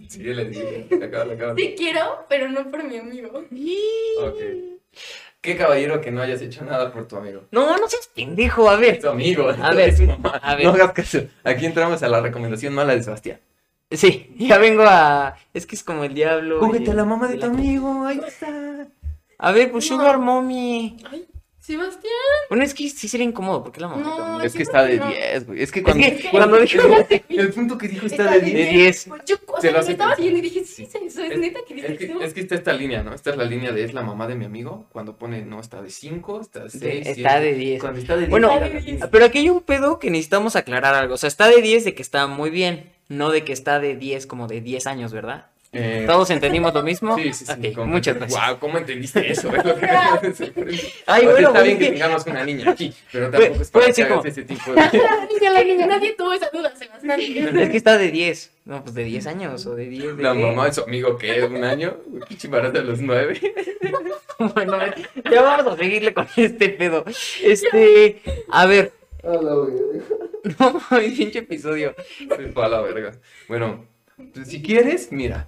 Speaker 2: Sí, le dije. La cámara, la cámara.
Speaker 3: Sí quiero, pero no por mi amigo.
Speaker 2: Ok. Qué caballero que no hayas hecho nada por tu amigo.
Speaker 1: No, no seas pendejo, a ver.
Speaker 2: Tu amigo.
Speaker 1: A ver,
Speaker 2: es su mamá.
Speaker 1: a ver.
Speaker 2: No hagas caso. Aquí entramos a la recomendación mala de Sebastián.
Speaker 1: Sí, ya vengo a. Es que es como el diablo.
Speaker 2: Cógete
Speaker 1: y-
Speaker 2: a la mamá de
Speaker 1: y
Speaker 2: tu
Speaker 1: la-
Speaker 2: amigo. Ahí está.
Speaker 1: A ver, pues
Speaker 3: No.
Speaker 1: Sugar Mommy.
Speaker 3: Ay, Sebastián.
Speaker 1: Bueno, es que sí sería incómodo, porque la mamá. de tu
Speaker 3: No,
Speaker 2: Es que
Speaker 3: yo
Speaker 2: está
Speaker 3: creo
Speaker 2: de
Speaker 3: no.
Speaker 2: 10, güey. Es que
Speaker 1: Es
Speaker 2: cuando,
Speaker 1: que cuando dijo-
Speaker 2: el punto que dijo está de 10.
Speaker 1: de 10.
Speaker 3: Pues yo, o
Speaker 2: Se
Speaker 3: sea,
Speaker 2: lo
Speaker 3: lo
Speaker 2: hace
Speaker 3: estaba
Speaker 2: pensar.
Speaker 3: viendo y dije, sí, es eso, es neta que
Speaker 2: Es
Speaker 3: dices
Speaker 2: que,
Speaker 3: tú.
Speaker 2: es que está esta línea, ¿no? Esta es la línea de es la mamá de mi amigo. Cuando pone no está de 5, está de 6.
Speaker 1: De- está de 10.
Speaker 2: Cuando está de 10.
Speaker 1: Bueno,
Speaker 2: era la línea.
Speaker 1: Pero aquí hay un pedo que necesitamos aclarar algo. O sea, está de 10 de que está muy bien, no de que está de 10 como de 10 años, ¿verdad?
Speaker 2: Eh,
Speaker 1: ¿Todos entendimos lo mismo?
Speaker 2: sí, sí, sí.
Speaker 1: Ok,
Speaker 2: como-
Speaker 1: muchas gracias.
Speaker 2: Guau, ¿cómo entendiste eso? Es lo que me sorprende. O
Speaker 1: Ay,
Speaker 2: sea,
Speaker 1: bueno,
Speaker 2: está
Speaker 1: pues,
Speaker 2: bien
Speaker 1: es
Speaker 2: que
Speaker 1: que-
Speaker 2: tengamos una niña aquí, pero
Speaker 1: Pues-
Speaker 2: tampoco es para
Speaker 1: pues, sí,
Speaker 2: que hagas
Speaker 1: como-
Speaker 2: ese tipo de...
Speaker 3: Nadie tuvo esa duda, Sebastián.
Speaker 1: Es que está de 10. No, pues de 10 años o de 10. De
Speaker 2: La
Speaker 1: 10.
Speaker 2: mamá de su amigo, que ¿Un año? Pinche barata a los 9.
Speaker 1: Bueno, ya vamos a seguirle con este pedo. Este, a ver,
Speaker 2: Este
Speaker 1: no mames, pinche episodio.
Speaker 2: Va a la verga. Bueno, pues, si quieres, mira.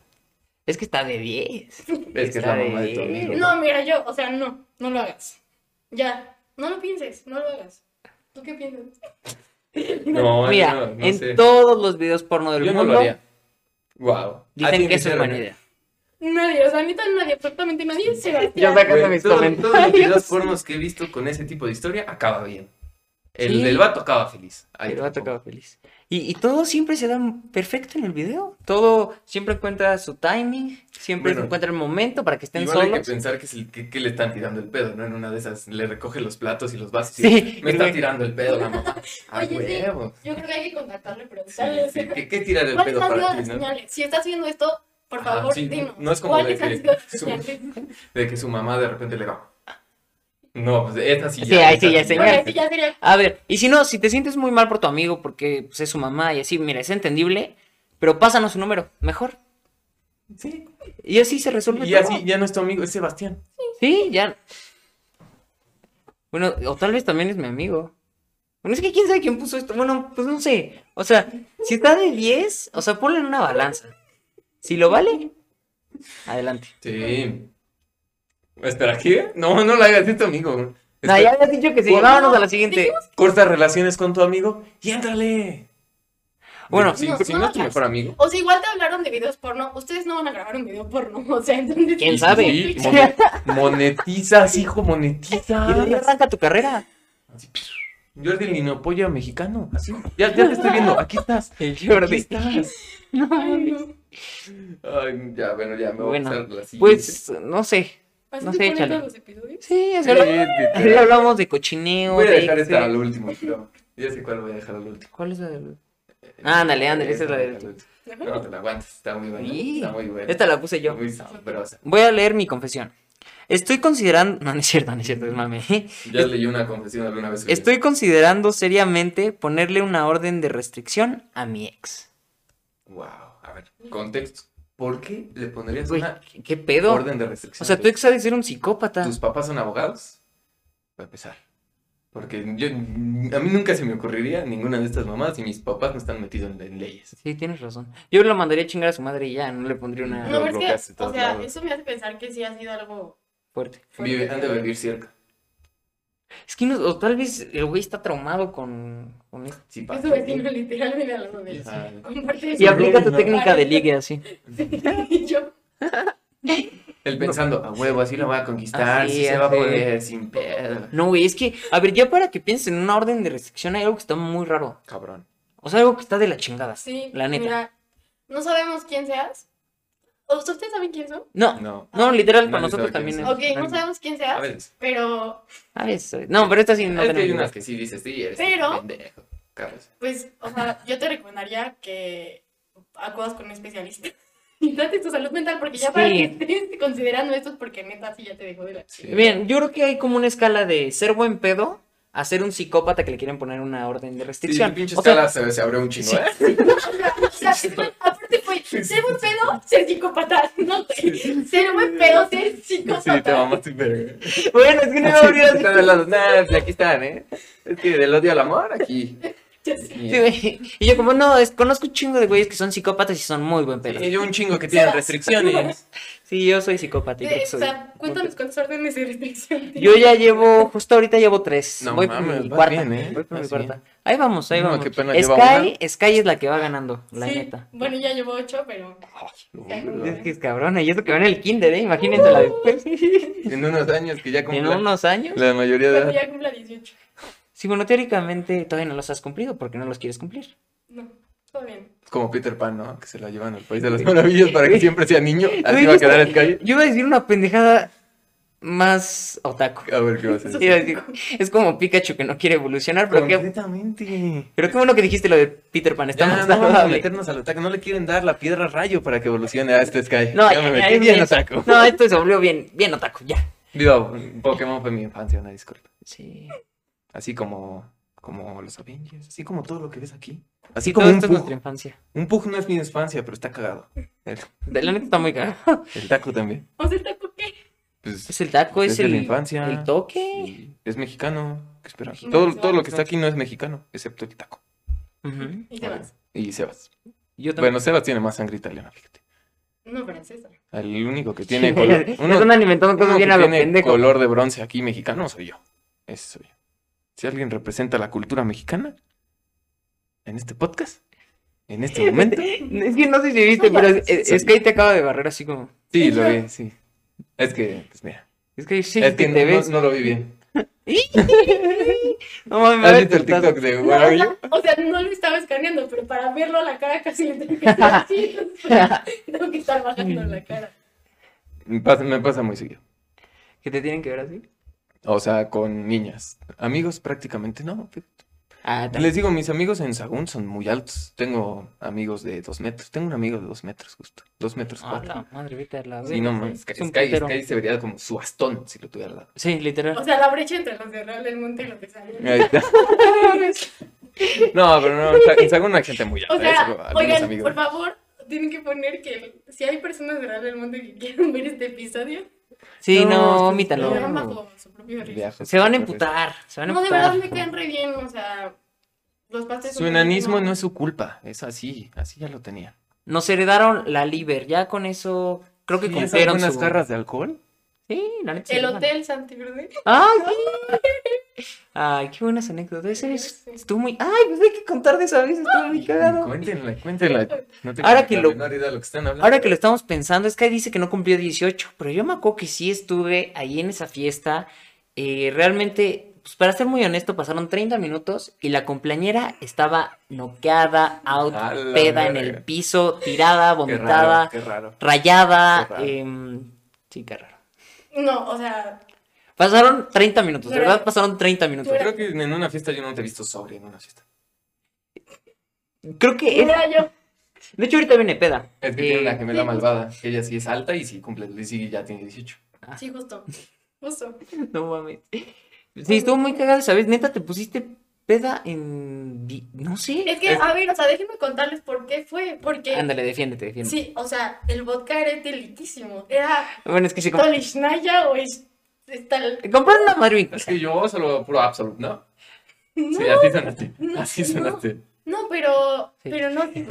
Speaker 1: Es que está de 10.
Speaker 2: Es que es la mamá de tu amigo.
Speaker 3: No, mira, yo, o sea, no, no lo hagas. Ya, no lo pienses, no lo hagas. ¿Tú qué piensas?
Speaker 2: No, yo
Speaker 1: Mira,
Speaker 2: no, no
Speaker 1: en
Speaker 2: sé.
Speaker 1: todos los videos porno del
Speaker 2: Yo no
Speaker 1: mundo
Speaker 2: lo haría. Wow.
Speaker 1: dicen que eso es buena idea.
Speaker 3: Nadie, o sea, neta nadie, absolutamente nadie, Sebastián.
Speaker 1: Yo Sácame mis
Speaker 2: todos,
Speaker 1: comentarios.
Speaker 2: todos los videos pornos que he visto con ese tipo de historia acaba bien. El
Speaker 1: Sí.
Speaker 2: del vato acaba feliz. Ahí
Speaker 1: El vato
Speaker 2: tampoco.
Speaker 1: acaba feliz. Y, y todo siempre se da perfecto en el video. Todo siempre encuentra su timing, siempre
Speaker 2: Bueno.
Speaker 1: encuentra el momento para que estén
Speaker 2: Igual hay que
Speaker 1: solos.
Speaker 2: pensar que, es el- que- que le están tirando el pedo, ¿no? En una de esas le recoge los platos y los vasos. y
Speaker 1: Sí,
Speaker 2: dice, me está
Speaker 1: güey.
Speaker 2: tirando el pedo la mamá. A
Speaker 3: Oye, sí.
Speaker 2: huevo.
Speaker 3: Yo creo que hay que contactarle y
Speaker 2: Sí,
Speaker 3: preguntarle.
Speaker 2: sí, ¿Qué, qué tirar el
Speaker 3: ¿Cuáles
Speaker 2: pedo
Speaker 3: han sido
Speaker 2: para
Speaker 3: las
Speaker 2: ti, no?
Speaker 3: señales? Si estás viendo esto, por
Speaker 2: Ajá,
Speaker 3: favor,
Speaker 2: sí,
Speaker 3: dinos.
Speaker 2: no es como de
Speaker 3: ¿Cuáles han
Speaker 2: que
Speaker 3: sido las
Speaker 2: su-
Speaker 3: señales?
Speaker 2: De que su mamá de repente le va. No, pues esta sí
Speaker 1: Sí, ahí sí
Speaker 2: esta
Speaker 1: ya es señal.
Speaker 3: Bueno, sí, ya sería.
Speaker 1: A ver, y si no, si te sientes muy mal por tu amigo porque pues, es su mamá y así, mira, es entendible, pero pásanos su número, mejor.
Speaker 2: Sí.
Speaker 1: Y así se resuelve
Speaker 2: Y
Speaker 1: todo.
Speaker 2: así ya no es tu amigo, es Sebastián.
Speaker 1: Sí, ya. Bueno, o tal vez también es mi amigo. Bueno, es que quién sabe quién puso esto. Bueno, pues no sé. O sea, si está de 10, o sea, ponlo en una balanza. Si lo vale, adelante.
Speaker 2: Sí. Espera, ¿qué? No, no la hagas, es tu amigo. Este,
Speaker 1: No, ya
Speaker 2: Espera,
Speaker 1: habías dicho que sí.
Speaker 2: Bueno,
Speaker 1: Vámonos a la siguiente.
Speaker 3: dijimos
Speaker 2: Corta relaciones con tu amigo y éntrale.
Speaker 1: Bueno,
Speaker 2: si,
Speaker 3: No,
Speaker 2: si
Speaker 3: no
Speaker 2: no es tu
Speaker 3: hablas.
Speaker 2: mejor amigo.
Speaker 3: O sea, igual te hablaron de videos porno. Ustedes no van a grabar un video porno. O sea, entonces.
Speaker 1: ¿Quién sabe?
Speaker 2: Sí, mone- monetizas, hijo,
Speaker 1: Y de ahí
Speaker 2: monetizas.
Speaker 1: arranca tu carrera.
Speaker 2: Jordi el Linopolla mexicano. Así. Ya, ya te estoy viendo. Aquí estás.
Speaker 1: El
Speaker 2: Aquí
Speaker 1: Jordi.
Speaker 2: estás.
Speaker 3: No, no.
Speaker 2: Ay, ya, bueno, ya me voy
Speaker 1: Bueno,
Speaker 2: a pasar la siguiente.
Speaker 1: Pues, no sé.
Speaker 3: Así
Speaker 1: No
Speaker 3: se
Speaker 1: sé,
Speaker 3: ponen
Speaker 1: échale.
Speaker 3: todos los episodios.
Speaker 1: Sí, así
Speaker 2: Sí,
Speaker 1: hablamos,
Speaker 2: te-
Speaker 1: así
Speaker 2: te-
Speaker 1: hablamos de cochineo.
Speaker 2: Voy a
Speaker 1: de
Speaker 2: dejar esta
Speaker 1: Excel.
Speaker 2: al último, creo. Ya sé cuál voy a dejar al último.
Speaker 1: ¿Cuál es la del- Ah, ándale, ándale, esa es la
Speaker 2: voy a
Speaker 1: del-
Speaker 2: dejar al último.
Speaker 3: Ajá.
Speaker 2: No, te la aguantas. Está muy buena.
Speaker 1: Sí.
Speaker 2: Está muy buena.
Speaker 1: Esta la puse yo.
Speaker 2: Muy sabrosa.
Speaker 1: Voy a leer mi confesión. Estoy considerando. No, no es cierto, no es cierto, es mame.
Speaker 2: Ya leí una confesión alguna vez. que-
Speaker 1: Estoy considerando seriamente ponerle una orden de restricción a mi ex.
Speaker 2: Wow. A ver, contexto. ¿Por qué le pondrías
Speaker 1: Güey,
Speaker 2: una
Speaker 1: ¿qué pedo?
Speaker 2: orden de
Speaker 1: O
Speaker 2: restricción?
Speaker 1: sea, tu ex ha de ser un psicópata.
Speaker 2: ¿Tus papás son abogados? Para empezar. Porque yo, a mí nunca se me ocurriría ninguna de estas mamás y mis papás no están metidos en, en leyes.
Speaker 1: Sí, tienes razón. Yo lo mandaría a chingar a su madre y ya, no le pondría una
Speaker 2: Los
Speaker 3: No,
Speaker 2: Ah,
Speaker 3: pero es
Speaker 2: bloqueas de
Speaker 3: que, o
Speaker 2: todos
Speaker 3: sea,
Speaker 2: lados.
Speaker 3: eso me hace pensar que sí ha sido algo
Speaker 1: fuerte.
Speaker 3: fuerte.
Speaker 2: Vive, han de vivir cerca.
Speaker 1: Es que no, o tal vez el güey está traumado con, con este esto.
Speaker 2: Sí,
Speaker 3: Es
Speaker 2: pasa.
Speaker 3: su vecino, literal, vive al lado de él.
Speaker 2: Ah,
Speaker 3: Comparte
Speaker 1: Y
Speaker 3: su-
Speaker 1: aplica tu
Speaker 2: No.
Speaker 1: técnica de ligue así.
Speaker 3: Y yo,
Speaker 2: Él pensando, a huevo, así la voy a conquistar,
Speaker 1: Ah, Así
Speaker 2: sí se
Speaker 1: es,
Speaker 2: va a
Speaker 1: güey.
Speaker 2: poder, sin pedo.
Speaker 1: No, güey, es que, a ver, ya para que piensen en una orden de restricción hay algo que está muy raro.
Speaker 2: Cabrón.
Speaker 1: O sea, algo que está de la chingada.
Speaker 3: sí,
Speaker 1: La neta.
Speaker 3: mira, no sabemos quién seas. ¿O ¿Ustedes saben quién son?
Speaker 1: No,
Speaker 2: No.
Speaker 1: no, literal, para
Speaker 2: Ah. Nadie
Speaker 1: nosotros
Speaker 2: sabe
Speaker 1: también
Speaker 2: quién
Speaker 1: es.
Speaker 2: soy.
Speaker 3: Ok, no sabemos quién
Speaker 2: A
Speaker 3: seas,
Speaker 2: ver, es
Speaker 3: pero
Speaker 1: A veces. No, pero esta sí no
Speaker 2: que hay
Speaker 1: tenemos.
Speaker 2: unas que sí dices, sí, eres
Speaker 3: Pero-
Speaker 2: un pendejo, Carlos.
Speaker 3: pues, o sea, yo te recomendaría que acudas con un especialista. Y trates tu salud mental, porque ya para
Speaker 1: Sí.
Speaker 3: que estés considerando esto es porque neta sí ya te dejó de la
Speaker 2: Sí.
Speaker 1: Bien, yo creo que hay como una escala de ser buen pedo a ser un psicópata que le quieren poner una orden de
Speaker 2: Sí, tu
Speaker 1: restricción.
Speaker 2: pinche
Speaker 1: O sea,
Speaker 2: escala se, se abrió un chingo,
Speaker 1: Sí.
Speaker 2: ¿eh?
Speaker 3: O sea, aparte fue ser buen pedo, ser psicópata. No, güey. Ser buen pedo, ser
Speaker 2: Sí, te
Speaker 3: psicópata. Eh,
Speaker 2: mamaste, pero...
Speaker 1: bueno, es que no me
Speaker 2: Sí,
Speaker 1: olvidas.
Speaker 2: está de lado. Nah, pues aquí están, ¿eh? Es que del odio al amor, aquí.
Speaker 3: Ya sé.
Speaker 2: Aquí.
Speaker 1: Sí, güey. Y yo como, no, es- conozco un chingo de güeyes que son psicópatas y son muy buen pedo.
Speaker 2: Y yo un chingo que tienen restricciones.
Speaker 1: Sí, yo soy psicópata y creo
Speaker 3: Eh, O
Speaker 1: que soy-
Speaker 3: sea, cuéntanos cuántas órdenes de restricción
Speaker 1: Yo ya llevo, justo ahorita llevo tres.
Speaker 2: No
Speaker 1: voy por
Speaker 2: mames,
Speaker 1: mi
Speaker 2: vas
Speaker 1: cuarta.
Speaker 2: bien, ¿eh?
Speaker 1: Voy por mi
Speaker 2: Vas
Speaker 1: cuarta. Ahí vamos, ahí
Speaker 2: No,
Speaker 1: vamos.
Speaker 2: qué pena, lleva
Speaker 1: Sky, Sky es la que va ganando, la
Speaker 3: sí,
Speaker 1: neta.
Speaker 3: Bueno, ya llevo ocho, pero.
Speaker 1: Es que es cabrona, y eso que va en el kinder, ¿eh? Imagínense la después.
Speaker 2: En unos años que ya
Speaker 1: En
Speaker 2: cumplan
Speaker 1: unos años.
Speaker 2: la mayoría de
Speaker 3: Cuando
Speaker 2: edad.
Speaker 3: ya cumpla 18.
Speaker 1: Sí, bueno, teóricamente todavía no los has cumplido porque no los quieres cumplir.
Speaker 3: No, todo bien.
Speaker 2: Es como Peter Pan, ¿no? Que se la llevan al país de las maravillas para que siempre sea niño. Así
Speaker 1: Güey,
Speaker 2: va a
Speaker 1: yo
Speaker 2: quedar
Speaker 1: estoy-
Speaker 2: el calle.
Speaker 1: Yo iba a decir una pendejada más otaku.
Speaker 2: A ver qué va a
Speaker 1: Sí, iba a
Speaker 2: hacer.
Speaker 1: decir, es como Pikachu que no quiere evolucionar, pero qué,
Speaker 2: Completamente.
Speaker 1: pero qué bueno que dijiste lo de Peter Pan, está
Speaker 2: Ya,
Speaker 1: más
Speaker 2: no vamos a
Speaker 1: saludable.
Speaker 2: meternos al ataque. No le quieren dar la piedra rayo para que evolucione a este Sky.
Speaker 1: No,
Speaker 2: ya
Speaker 1: ya-
Speaker 2: me
Speaker 1: ya
Speaker 2: metí
Speaker 1: es
Speaker 2: bien
Speaker 1: bien.
Speaker 2: otaku.
Speaker 1: No, esto se volvió bien, bien otaku, ya.
Speaker 2: Digo, Pokémon fue mi infancia, una disculpa.
Speaker 1: Sí.
Speaker 2: Así como, como los Avengers, así como todo lo que ves aquí. Así
Speaker 1: Sí,
Speaker 2: como
Speaker 1: todo
Speaker 2: un
Speaker 1: esto es nuestra
Speaker 2: Pug.
Speaker 1: infancia.
Speaker 2: Un Pug no es mi infancia, pero está cagado. El,
Speaker 1: De la neta está muy caro.
Speaker 2: el Taco también.
Speaker 3: O sea, ¿taco qué?
Speaker 2: Pues,
Speaker 1: Es el taco, es,
Speaker 2: de
Speaker 1: el,
Speaker 2: la infancia.
Speaker 1: el toque.
Speaker 2: y es mexicano. ¿Qué esperas?
Speaker 3: No,
Speaker 2: Todo,
Speaker 3: se
Speaker 2: todo
Speaker 3: va,
Speaker 2: lo que
Speaker 3: se
Speaker 2: está
Speaker 3: va.
Speaker 2: aquí no es mexicano, excepto el Taco.
Speaker 1: Ujú.
Speaker 3: Y te vas.
Speaker 2: Y Sebas.
Speaker 1: Yo también.
Speaker 2: Bueno, Sebas tiene más sangre italiana, fíjate.
Speaker 3: No, francesa.
Speaker 2: El único que tiene
Speaker 1: Sí,
Speaker 2: color.
Speaker 1: ya
Speaker 2: uno-
Speaker 1: están alimentando
Speaker 2: Uno
Speaker 1: cosas
Speaker 2: que
Speaker 1: bien a lo
Speaker 2: tiene
Speaker 1: pendejo.
Speaker 2: color de bronce aquí mexicano soy yo. Ese soy yo. Si alguien representa la cultura mexicana en este podcast, en este momento.
Speaker 1: Es que no sé si viste,
Speaker 3: No, ya,
Speaker 1: pero es, es-
Speaker 2: sí.
Speaker 1: es que ahí te acaba de barrer así como.
Speaker 2: Sí, lo vi, sí. Es que, pues mira.
Speaker 1: Es que sí,
Speaker 2: Es que
Speaker 1: te
Speaker 2: no,
Speaker 1: ves.
Speaker 2: no lo vi bien.
Speaker 1: No mames, me
Speaker 2: ¿Has
Speaker 1: voy a
Speaker 2: visto el
Speaker 1: despertar.
Speaker 2: TikTok de
Speaker 3: No,
Speaker 2: Where Are
Speaker 3: o
Speaker 2: You?
Speaker 3: sea, o sea, no lo estaba escaneando, pero para verlo a la cara casi le tengo que hacer así. entonces, Tengo que estar bajando la cara.
Speaker 2: Me pasa, me pasa muy seguido.
Speaker 1: ¿Que te tienen que ver así?
Speaker 2: O sea, con niñas. Amigos prácticamente no. fíjate.
Speaker 1: Ah, también.
Speaker 2: Les digo, mis amigos en Sagún son muy altos. Tengo amigos de dos metros. Tengo un amigo de dos metros, justo. Dos metros
Speaker 1: Ah,
Speaker 2: cuatro.
Speaker 1: la madre, vete a la
Speaker 2: Sí, no,
Speaker 1: verga.
Speaker 2: mames, Sky,
Speaker 1: Es un
Speaker 2: Sky,
Speaker 1: putero.
Speaker 2: Sky se vería como su bastón si lo tuviera al lado.
Speaker 1: Sí,
Speaker 3: O
Speaker 1: literal.
Speaker 3: sea, la brecha entre los de Real del Monte y los de San Luis.
Speaker 2: Ahí está. No, pero no, en Sa- en Sagún hay gente muy alta.
Speaker 3: O
Speaker 2: eso,
Speaker 3: sea,
Speaker 2: algunos
Speaker 3: oigan,
Speaker 2: amigos.
Speaker 3: por favor, tienen que poner que si hay personas de Real del Monte que quieran ver este episodio,
Speaker 1: Sí,
Speaker 2: No,
Speaker 1: no,
Speaker 2: esto-
Speaker 3: lo
Speaker 1: omítalo.
Speaker 3: vean bajo su propio riesgo.
Speaker 2: Viajes,
Speaker 1: Se van a
Speaker 2: viajes.
Speaker 1: emputar. Se van a
Speaker 3: No, de verdad
Speaker 1: emputar.
Speaker 3: me caen re bien, o sea, los pastes.
Speaker 2: Su enanismo no es su culpa, es así, así ya lo tenía.
Speaker 1: Nos heredaron la liver. Ya con eso, creo que
Speaker 2: Sí, esas
Speaker 1: cumplieron
Speaker 2: buenas
Speaker 1: su...
Speaker 2: garras de alcohol?
Speaker 1: Sí, la neta. sí
Speaker 3: El
Speaker 1: lo van.
Speaker 3: hotel Santiverde.
Speaker 1: ¡Ay! sí. Ay, qué buenas anécdotas. Ese es-
Speaker 3: Sí.
Speaker 1: Estuvo muy. ¡Ay! Pues hay que contar de esa vez. Estuvo muy cagado.
Speaker 2: Cuéntenla, cuéntenla. No tengo
Speaker 1: Ahora que
Speaker 2: la
Speaker 1: lo-
Speaker 2: menor idea de lo que están hablando.
Speaker 1: Ahora que lo estamos pensando, es que dice que no cumplió 18, pero yo me acuerdo que sí estuve ahí en esa fiesta. eh, realmente, pues para ser muy honesto, pasaron 30 minutos y la compañera estaba noqueada, out,
Speaker 2: A la
Speaker 1: peda en
Speaker 2: verga.
Speaker 1: el piso, tirada,
Speaker 2: Qué raro,
Speaker 1: vomitada,
Speaker 2: qué raro.
Speaker 1: rayada.
Speaker 2: Qué raro.
Speaker 1: em, sí, qué raro.
Speaker 3: No, o sea,
Speaker 1: Pasaron 30 minutos, de
Speaker 3: Dura-
Speaker 1: verdad pasaron 30 minutos.
Speaker 3: dura-
Speaker 2: Creo que en una fiesta yo no te he visto sobrio en una fiesta.
Speaker 1: Creo que es-
Speaker 3: era yo.
Speaker 1: De hecho, ahorita viene peda.
Speaker 2: Es que
Speaker 1: Eh,
Speaker 2: tiene una gemela
Speaker 3: sí.
Speaker 2: malvada, que ella sí es alta y sí cumple, y sí ya tiene 18.
Speaker 3: Sí, justo. Justo.
Speaker 1: No mames. Sí, estuvo muy cagada esa vez. Neta, te pusiste peda en. di- No sé.
Speaker 3: Es que,
Speaker 2: Es-
Speaker 3: a ver, o sea, déjenme contarles por qué fue. Porque,
Speaker 1: Ándale, defiéndete, defiéndete.
Speaker 3: sí, o sea, el vodka era teliquísimo. Era
Speaker 1: Bueno, es que si comp-
Speaker 3: Tolishnaya o es, es tal-
Speaker 1: comprar una Marvin.
Speaker 2: Es que yo solo puro absolute, ¿no?
Speaker 3: No,
Speaker 2: Sí, así sonaste.
Speaker 3: no,
Speaker 2: Así
Speaker 3: no.
Speaker 2: sonaste.
Speaker 3: no, pero,
Speaker 1: Sí.
Speaker 3: pero no, sí,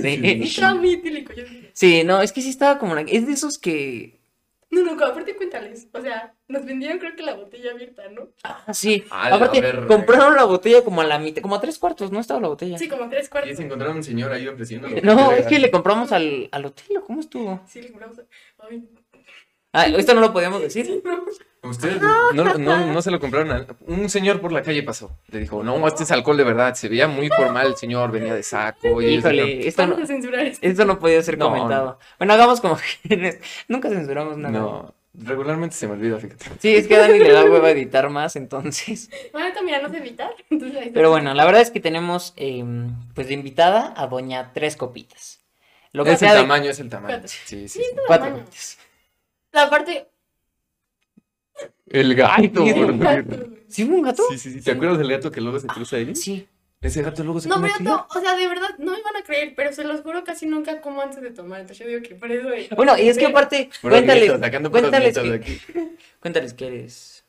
Speaker 1: Sí.
Speaker 3: estaba muy etílico. Yo dije,
Speaker 1: Sí, no, es que sí estaba como la... Es de esos que...
Speaker 3: no, no, aparte cuéntales. O sea, nos vendieron creo que la botella abierta, ¿no?
Speaker 1: Ah, sí.
Speaker 2: A la
Speaker 1: Aparte,
Speaker 2: verga.
Speaker 1: compraron la botella como a la mitad, como a tres cuartos, ¿no estaba la botella?
Speaker 3: Sí, como tres
Speaker 2: Y
Speaker 3: cuartos.
Speaker 2: se encontraron un señor ahí ofreciendo.
Speaker 1: No, es que le compramos al, al hotel, ¿o ¿cómo estuvo?
Speaker 3: Sí, le compramos. Ay,
Speaker 1: Ah, esto no lo podíamos decir.
Speaker 3: no.
Speaker 2: Ustedes no, no, no se lo compraron. a- Un señor por la calle pasó. Le dijo, no, este es alcohol de verdad. Se veía muy formal el señor, venía de saco. y el señor-
Speaker 1: Híjole, esto no,
Speaker 3: Vamos a censurar esto.
Speaker 1: esto no podía ser
Speaker 2: No,
Speaker 1: comentado. Bueno, hagamos como que nunca censuramos nada.
Speaker 2: No, regularmente se me olvida, fíjate.
Speaker 1: Sí, es que a Dani le da hueva editar más, entonces.
Speaker 3: Bueno, esto mira, no sé evitar. Entonces, ahí está.
Speaker 1: Pero bueno, la verdad es que tenemos eh, pues de invitada a Doña Tres Copitas. Lo que
Speaker 2: es el
Speaker 1: sea de
Speaker 2: tamaño, es el tamaño.
Speaker 3: Espérate.
Speaker 2: Sí, sí, sí.
Speaker 1: cuatro
Speaker 3: tamaño.
Speaker 1: copitas.
Speaker 3: La parte...
Speaker 2: El gato.
Speaker 1: Sí,
Speaker 2: por
Speaker 3: Exacto,
Speaker 2: Dios.
Speaker 3: güey.
Speaker 1: ¿Sí hubo un gato?
Speaker 2: Sí, sí, sí. ¿Te acuerdas del gato que luego se cruza ahí?
Speaker 1: Sí.
Speaker 2: Ese gato luego se
Speaker 3: No,
Speaker 2: come
Speaker 3: pero
Speaker 2: aquí.
Speaker 3: no, o sea, de verdad, no me van a creer, pero se los juro, casi nunca como antes de tomar. Entonces yo digo que por eso... eh,
Speaker 1: Bueno, y es que
Speaker 3: pero-
Speaker 1: aparte,
Speaker 2: Puros
Speaker 1: cuéntales,
Speaker 2: nietos, sacando puros
Speaker 1: cuéntales,
Speaker 2: nietos de
Speaker 1: que,
Speaker 2: aquí.
Speaker 1: cuéntales que eres,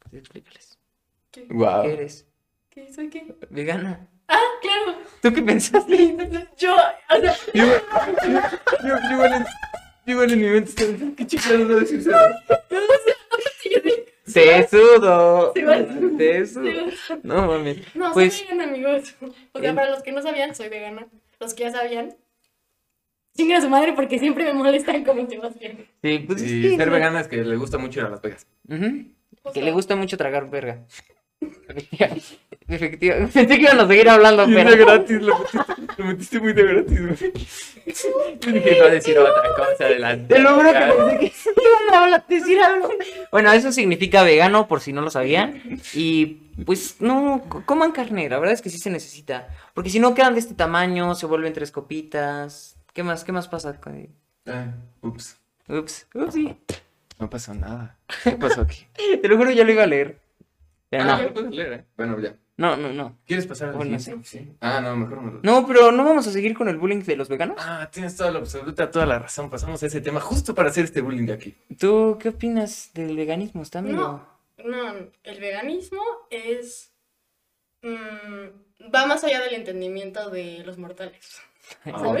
Speaker 1: pues, explícales,
Speaker 3: ¿qué-
Speaker 2: Guau.
Speaker 1: que eres
Speaker 3: qué soy qué?
Speaker 1: vegana.
Speaker 3: Ah, claro.
Speaker 1: ¿Tú qué pensaste?
Speaker 3: Yo, o sea,
Speaker 2: Yo, yo, yo igual en, yo igual en mi mente estaba, qué chingada no decir
Speaker 3: yo dije,
Speaker 1: Te sudo,
Speaker 3: Sí, bueno.
Speaker 1: te
Speaker 3: sí,
Speaker 1: sudo. No mames.
Speaker 3: No,
Speaker 1: Pues-
Speaker 3: soy vegana, amigos. O sea,
Speaker 1: Eh.
Speaker 3: para los que no sabían, soy vegana. Los que ya sabían, chinguen a su madre porque siempre me molestan como te vas bien.
Speaker 1: Sí, pues es
Speaker 2: Y
Speaker 1: que-
Speaker 2: ser vegana es que le gusta mucho ir a Las Vegas.
Speaker 1: Ujú, Que le gusta mucho tragar verga. Efectivamente. Pensé que iban a seguir hablando, pero.
Speaker 2: gratis, lo metiste, muy de gratis, güey. Yo dije, va a decir otra cosa adelante.
Speaker 1: Te lo juro que pensé que sí iban a hablar- decir algo. Bueno, eso significa vegano, por si no lo sabían. Y pues no, co- coman carne, la verdad es que sí se necesita. Porque si no quedan de este tamaño, se vuelven tres copitas. ¿Qué más? ¿Qué más pasa? con-
Speaker 2: Ah, ups,
Speaker 1: Ups, ups, sí.
Speaker 2: no pasó nada. ¿Qué pasó aquí?
Speaker 1: Te lo juro, ya lo iba a leer. Pero
Speaker 2: Ah, ya
Speaker 1: no,
Speaker 2: lo puedes leer, ¿eh? Bueno, ya.
Speaker 1: no, no, no.
Speaker 2: ¿Quieres pasar al
Speaker 1: Bueno,
Speaker 2: siguiente? Sí. Ah, no, mejor me lo...
Speaker 1: No, pero no vamos a seguir con el bullying de los veganos.
Speaker 2: Ah, tienes toda la absoluta, toda la razón. Pasamos a ese tema justo para hacer este bullying de aquí.
Speaker 1: ¿Tú qué opinas del veganismo? Está medio-
Speaker 3: No. No, el veganismo es. mm, va más allá del entendimiento de los mortales.
Speaker 2: Ah, ok.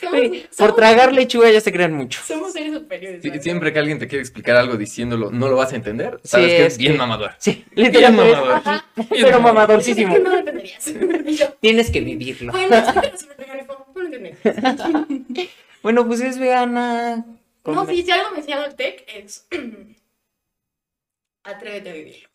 Speaker 3: Somos,
Speaker 1: Oye, Por
Speaker 3: somos-
Speaker 1: tragar lechuga ya se crean mucho.
Speaker 3: somos seres superiores.
Speaker 2: Sí,
Speaker 3: ¿sabes?
Speaker 2: Siempre que alguien te quiere explicar algo diciéndolo, no lo vas a entender.
Speaker 1: Sí,
Speaker 2: Sabes que
Speaker 1: es
Speaker 2: es bien
Speaker 1: que-
Speaker 2: mamador.
Speaker 1: Sí,
Speaker 2: Bien
Speaker 1: literalmente.
Speaker 2: mamador.
Speaker 1: Pero
Speaker 3: Es que
Speaker 1: mamadorcísimo.
Speaker 3: no lo entenderías. Y yo,
Speaker 1: Tienes que vivirlo.
Speaker 3: bueno, es que los veganismo, no lo entenderías.
Speaker 1: Bueno, pues es vegana.
Speaker 3: No,
Speaker 1: come-
Speaker 3: sí, si algo me enseñado el tech es. Atrévete a vivir.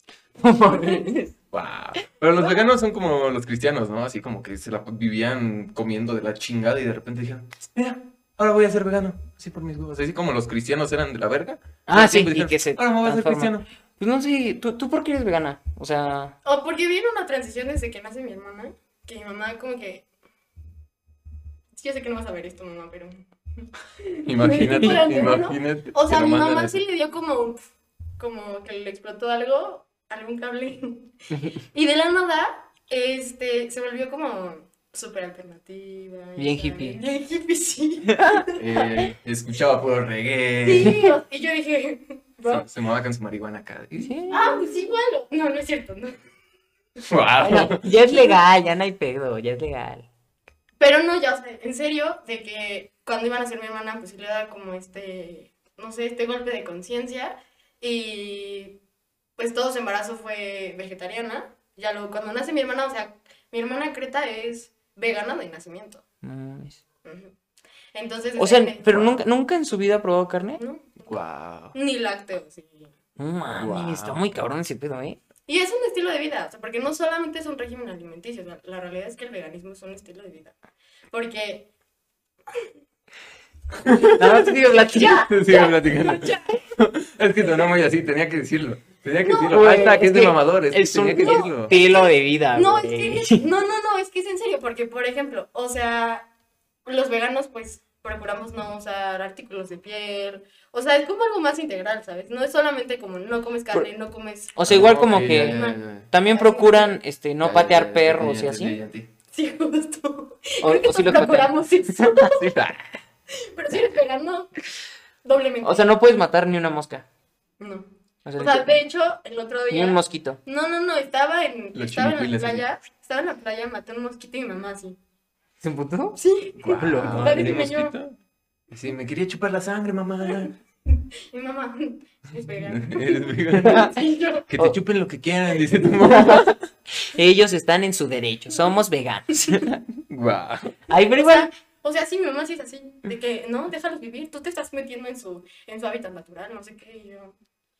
Speaker 2: Guau. Pero los veganos son como los cristianos, ¿no? Así como que se la vivían comiendo de la chingada y de repente dijeron, mira, ahora voy a ser vegano. Así por mis huevos. Así como los cristianos eran de la verga.
Speaker 1: Ah, sí,
Speaker 2: siempre
Speaker 1: y
Speaker 2: dijeron,
Speaker 1: que se
Speaker 2: Ahora me voy a ser
Speaker 1: transforma.
Speaker 2: cristiano.
Speaker 1: Pues no sé, ¿tú, ¿tú por qué eres vegana? O sea,
Speaker 3: O porque viene una transición desde que nace mi hermana, que mi mamá como que... Sí, yo sé que no vas a ver esto, mamá, pero...
Speaker 2: Imagínate,
Speaker 3: Durante, ¿no?
Speaker 2: imagínate.
Speaker 3: O sea,
Speaker 2: que lo
Speaker 3: mi
Speaker 2: mandan
Speaker 3: mamá
Speaker 2: a-
Speaker 3: sí le dio como... un pf, Como que le explotó algo, algún cable. Y de la nada, este, se volvió como súper alternativa. y
Speaker 1: Bien
Speaker 3: sabe,
Speaker 1: hippie.
Speaker 3: Bien hippie, sí.
Speaker 2: eh, escuchaba puro reggae.
Speaker 3: Sí, o- y yo dije... "Va".
Speaker 2: Se, se mamaba con su marihuana acá.
Speaker 1: sí.
Speaker 3: Ah, pues igual. No, no es cierto, no.
Speaker 2: Guau.
Speaker 1: Ya- ya es legal, ya no hay pedo, ya es legal.
Speaker 3: Pero no, ya, o sea, en serio, de que cuando iban a ser mi hermana, pues sí le da como este no sé, este golpe de conciencia y pues todo su embarazo fue vegetariana. Ya luego cuando nace mi hermana, o sea, mi hermana Creta es vegana de nacimiento.
Speaker 1: No mames.
Speaker 3: Ujú. Entonces,
Speaker 1: O sea,
Speaker 3: desde-
Speaker 1: pero nunca, nunca en su vida ha probado carne.
Speaker 3: ¿no?
Speaker 2: Guau.
Speaker 3: Ni lácteos. sí.
Speaker 1: No mames,
Speaker 2: Guau.
Speaker 1: está muy cabrón ese pedo, ¿eh?
Speaker 3: Y es un estilo de vida, o sea, porque no solamente es un régimen alimenticio, la, la realidad es que el veganismo es un estilo de vida. Porque
Speaker 1: Nada más te digo, la chica.
Speaker 2: Te sigo platicando. Es que sonó muy así, tenía que decirlo. Tenía que decirlo.
Speaker 1: güey,
Speaker 2: Ahí está, que
Speaker 1: es
Speaker 2: es de
Speaker 1: que
Speaker 2: mamador. Es que
Speaker 1: Es un
Speaker 2: tenía que decirlo.
Speaker 1: estilo de vida.
Speaker 3: No,
Speaker 1: Ah, güey.
Speaker 3: es que, no, no, no, es que es en serio, porque por ejemplo, o sea, los veganos pues procuramos no usar artículos de piel, o sea, es como algo más integral, ¿sabes? No es solamente como no comes carne, no comes...
Speaker 1: O sea, igual
Speaker 2: Ah,
Speaker 1: como
Speaker 2: ok,
Speaker 1: que
Speaker 2: ya, ya, ya.
Speaker 1: también procuran este no
Speaker 2: Ya,
Speaker 1: patear
Speaker 2: ya, ya,
Speaker 1: perros
Speaker 2: ya,
Speaker 1: y
Speaker 2: ya,
Speaker 1: así.
Speaker 2: ya, ya, ya.
Speaker 3: Sí, justo.
Speaker 1: O,
Speaker 3: Creo que
Speaker 1: o sí los
Speaker 3: todos
Speaker 1: patean.
Speaker 3: procuramos eso,
Speaker 2: Sí, ah.
Speaker 3: pero si eres vegano, doblemente.
Speaker 1: O sea, no puedes matar ni una mosca.
Speaker 3: no.
Speaker 1: O sea,
Speaker 3: O sea,
Speaker 1: ni-
Speaker 3: de hecho, el otro
Speaker 1: ni
Speaker 3: día...
Speaker 1: un mosquito.
Speaker 3: No, no, no, estaba en,
Speaker 2: Los
Speaker 3: estaba en la
Speaker 2: chinicuiles,
Speaker 3: playa, estaba en la playa, maté un mosquito y mi mamá así.
Speaker 1: ¿Se emputó?
Speaker 3: Sí.
Speaker 2: Guau,
Speaker 3: Parece
Speaker 2: ¿tiene
Speaker 3: que yo-
Speaker 2: mosquito? Sí, me quería chupar la sangre, mamá.
Speaker 3: Mi mamá es vegana.
Speaker 2: Eres vegana.
Speaker 3: Sí, yo-
Speaker 2: Que
Speaker 1: Oh.
Speaker 2: te chupen lo que quieran, dice tu mamá.
Speaker 1: Ellos están en su derecho. Somos veganos.
Speaker 2: Guau.
Speaker 1: Ay, pero
Speaker 3: O sea,
Speaker 1: igual.
Speaker 3: o sea, sí, mi mamá sí es así, de que no, déjalos vivir, tú te estás metiendo en su, en su hábitat natural, no sé qué, y yo.